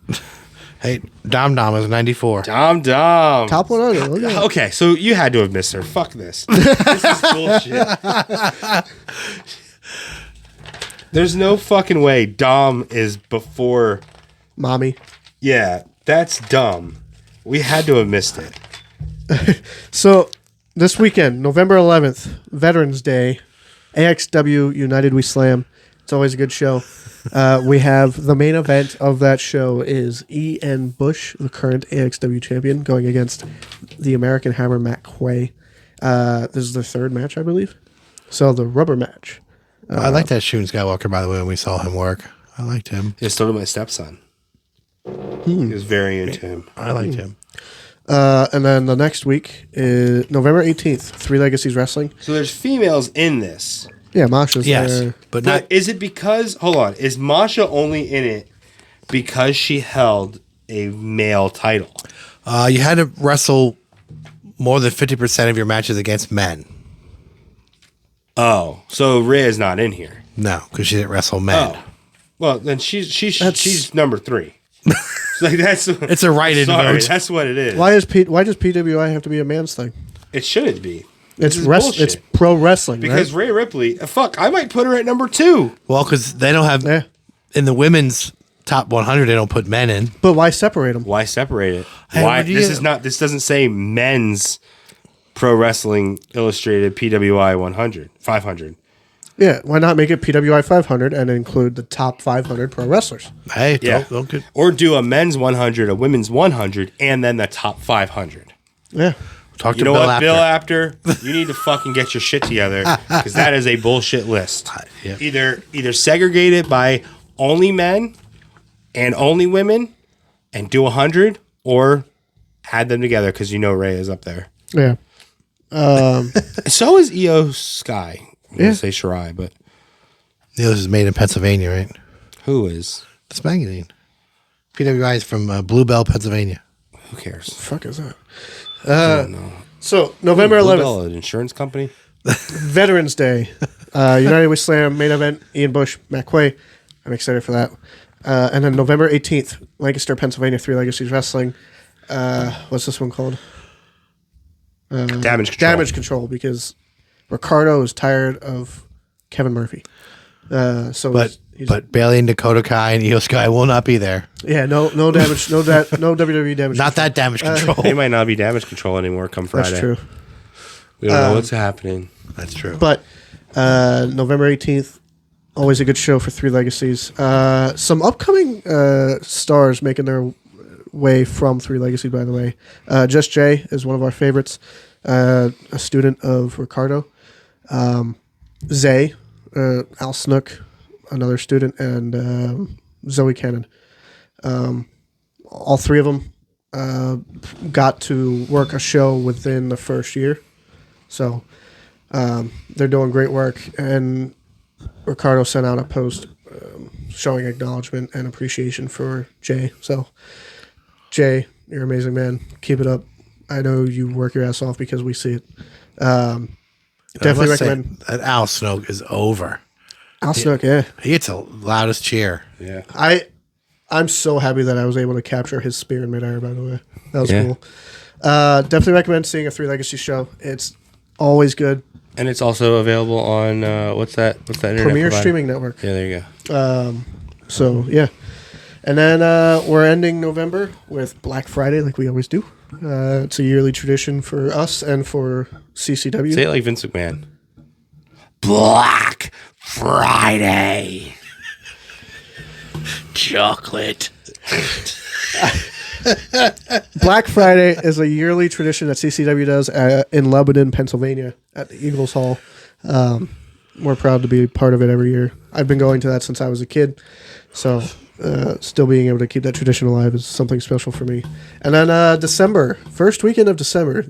S3: Hey, Dom Dom is 94.
S2: Dom Dom.
S1: Top 100. Look at that.
S2: Okay, so you had to have missed her. Fuck this. this is bullshit. There's no fucking way Dom is before.
S1: Mommy.
S2: Yeah, that's dumb. We had to have missed it.
S1: So this weekend, November 11th, Veterans Day, AXW United We Slam. It's always a good show. Uh, we have the main event of that show is E. N. Bush, the current AXW champion, going against the American Hammer Matt Quay. Uh, this is their third match, I believe. So the rubber match.
S3: I like that Shun Skywalker, by the way, when we saw him work. I liked him.
S2: Yeah, so did my stepson. He was very into him.
S3: I liked him.
S1: Uh, and then the next week is November 18th, Three Legacies Wrestling.
S2: So there's females in this.
S1: Yeah, Masha's
S3: Yes.
S1: there.
S2: But
S3: But not.
S2: is it because hold on, is Masha only in it because she held a male title?
S3: Uh, you had to wrestle more than 50% of your matches against men.
S2: Oh, so Rhea is not in here.
S3: No, because she didn't wrestle men.
S2: Oh, well then she's she's
S1: That's-
S2: she's number three. It's like that's
S3: It's a write-in
S2: sorry,
S3: vote.
S2: That's what it is.
S1: Why is P- why does PWI have to be a man's thing?
S2: It shouldn't be.
S1: It's
S2: This is
S1: rest-
S2: bullshit.
S1: It's pro wrestling.
S2: because
S1: right?
S2: Ray Ripley. uh, Fuck, I might put her at number two.
S3: Well, because they don't have.
S1: Yeah.
S3: In the women's top 100, they don't put men in.
S1: But why separate them?
S2: Why separate it?
S3: Hey,
S2: Why
S3: what do
S2: this
S3: you-
S2: is not this doesn't say men's pro wrestling illustrated PWI 100 500.
S1: Yeah, why not make it PWI 500 and include the top 500 pro wrestlers?
S3: Hey, don't-
S2: Yeah.
S3: don't get-
S2: Or do a men's 100, a women's 100 and then the top 500.
S1: Yeah.
S3: talk to
S2: You know
S3: Bill
S2: what,
S3: after.
S2: Bill Apter? You need to fucking get your shit together because that is a bullshit list.
S3: yeah.
S2: Either either segregate it by only men and only women, and do hundred, or add them together because you know Ray is up there.
S1: Yeah.
S2: So is Io Sky. I'm
S1: Yeah.
S2: gonna say Shirai, but
S3: Yeah, this is made in Pennsylvania, right?
S2: who is?
S3: This magazine. PWI is from uh, Blue Bell, Pennsylvania.
S2: Who cares?
S1: Fuck is that? Uh, So, November
S2: Blue
S1: 11th,
S2: Bell, an insurance company.
S1: Veterans Day, uh, United We Slam main event, Ian Bush, Matt Quay. I'm excited for that. Uh, and then November 18th, Lancaster, Pennsylvania, Three Legacies Wrestling. Uh, what's this one called?
S2: Damage control.
S1: Damage Control, because Ricardo is tired of Kevin Murphy. Uh, so
S3: But
S1: he's-
S3: but Bailey and Dakota Kai and Io Sky will not be there.
S1: yeah, no, no damage, no that, no WWE damage.
S3: Not that damage
S1: Uh,
S3: control.
S2: They might not be damage control anymore. Come Friday,
S1: that's true.
S2: we don't
S1: Um,
S2: know what's happening.
S3: That's true.
S1: But uh, November 18th, always a good show for Three Legacies. Uh, some upcoming uh, stars making their way from Three Legacies, by the way. Uh, Just Jay is one of our favorites, uh, a student of Ricardo. Um, Zay, uh, Al Snook, another student, and um, Zoe Cannon. Um, all three of them uh, got to work a show within the first year. So um, they're doing great work. And Ricardo sent out a post um, showing acknowledgement and appreciation for Jay. So, Jay, you're an amazing man. Keep it up. I know you work your ass off because we see it. Um, definitely recommend
S3: that Al Snoke is over.
S1: Al Snook. Yeah,
S3: He gets the loudest cheer.
S2: Yeah,
S1: I. I'm so happy that I was able to capture his spear in midair. By the way, that was
S2: Yeah.
S1: cool. Uh, definitely recommend seeing a Three Legacy show. It's always good.
S2: and it's also available on uh, what's that? What's that? internet
S1: Premier
S2: provider?
S1: streaming network.
S2: Yeah, there you go.
S1: So yeah, and then uh, we're ending November with Black Friday, like we always do. Uh, it's a yearly tradition for us and for CCW.
S2: Say it like Vince McMahon. Black Friday.
S3: Chocolate.
S1: Black Friday is a yearly tradition that CCW does uh, in Lebanon, Pennsylvania, at the Eagles Hall. Um, we're proud to be part of it every year. I've been going to that since I was a kid, so uh, still being able to keep that tradition alive is something special for me. And then uh, December, first weekend of December,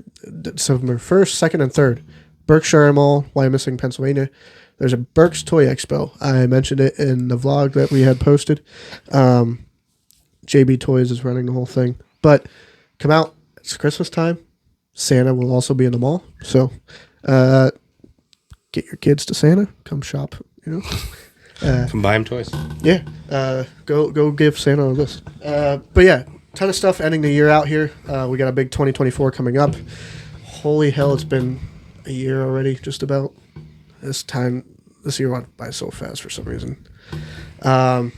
S1: December first, second, and third, Berkshire Mall, Wyomissing, Pennsylvania. There's a Burke's Toy Expo. I mentioned it in the vlog that we had posted. JB Toys is running the whole thing. But come out, it's Christmas time. Santa will also be in the mall. So uh, get your kids to Santa, come shop, you know.
S2: Come buy him toys.
S1: Yeah. Uh, go go give Santa a list. Uh, but yeah, ton of stuff ending the year out here. Uh, we got a big 2024 coming up. Holy hell, it's been a year already, just about. This time, this year went by so fast for some reason. Um,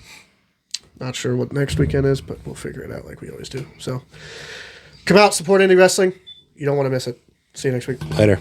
S1: not sure what next weekend is, but we'll figure it out like we always do. So come out, support indie wrestling. You don't want to miss it. See you next week.
S2: Later.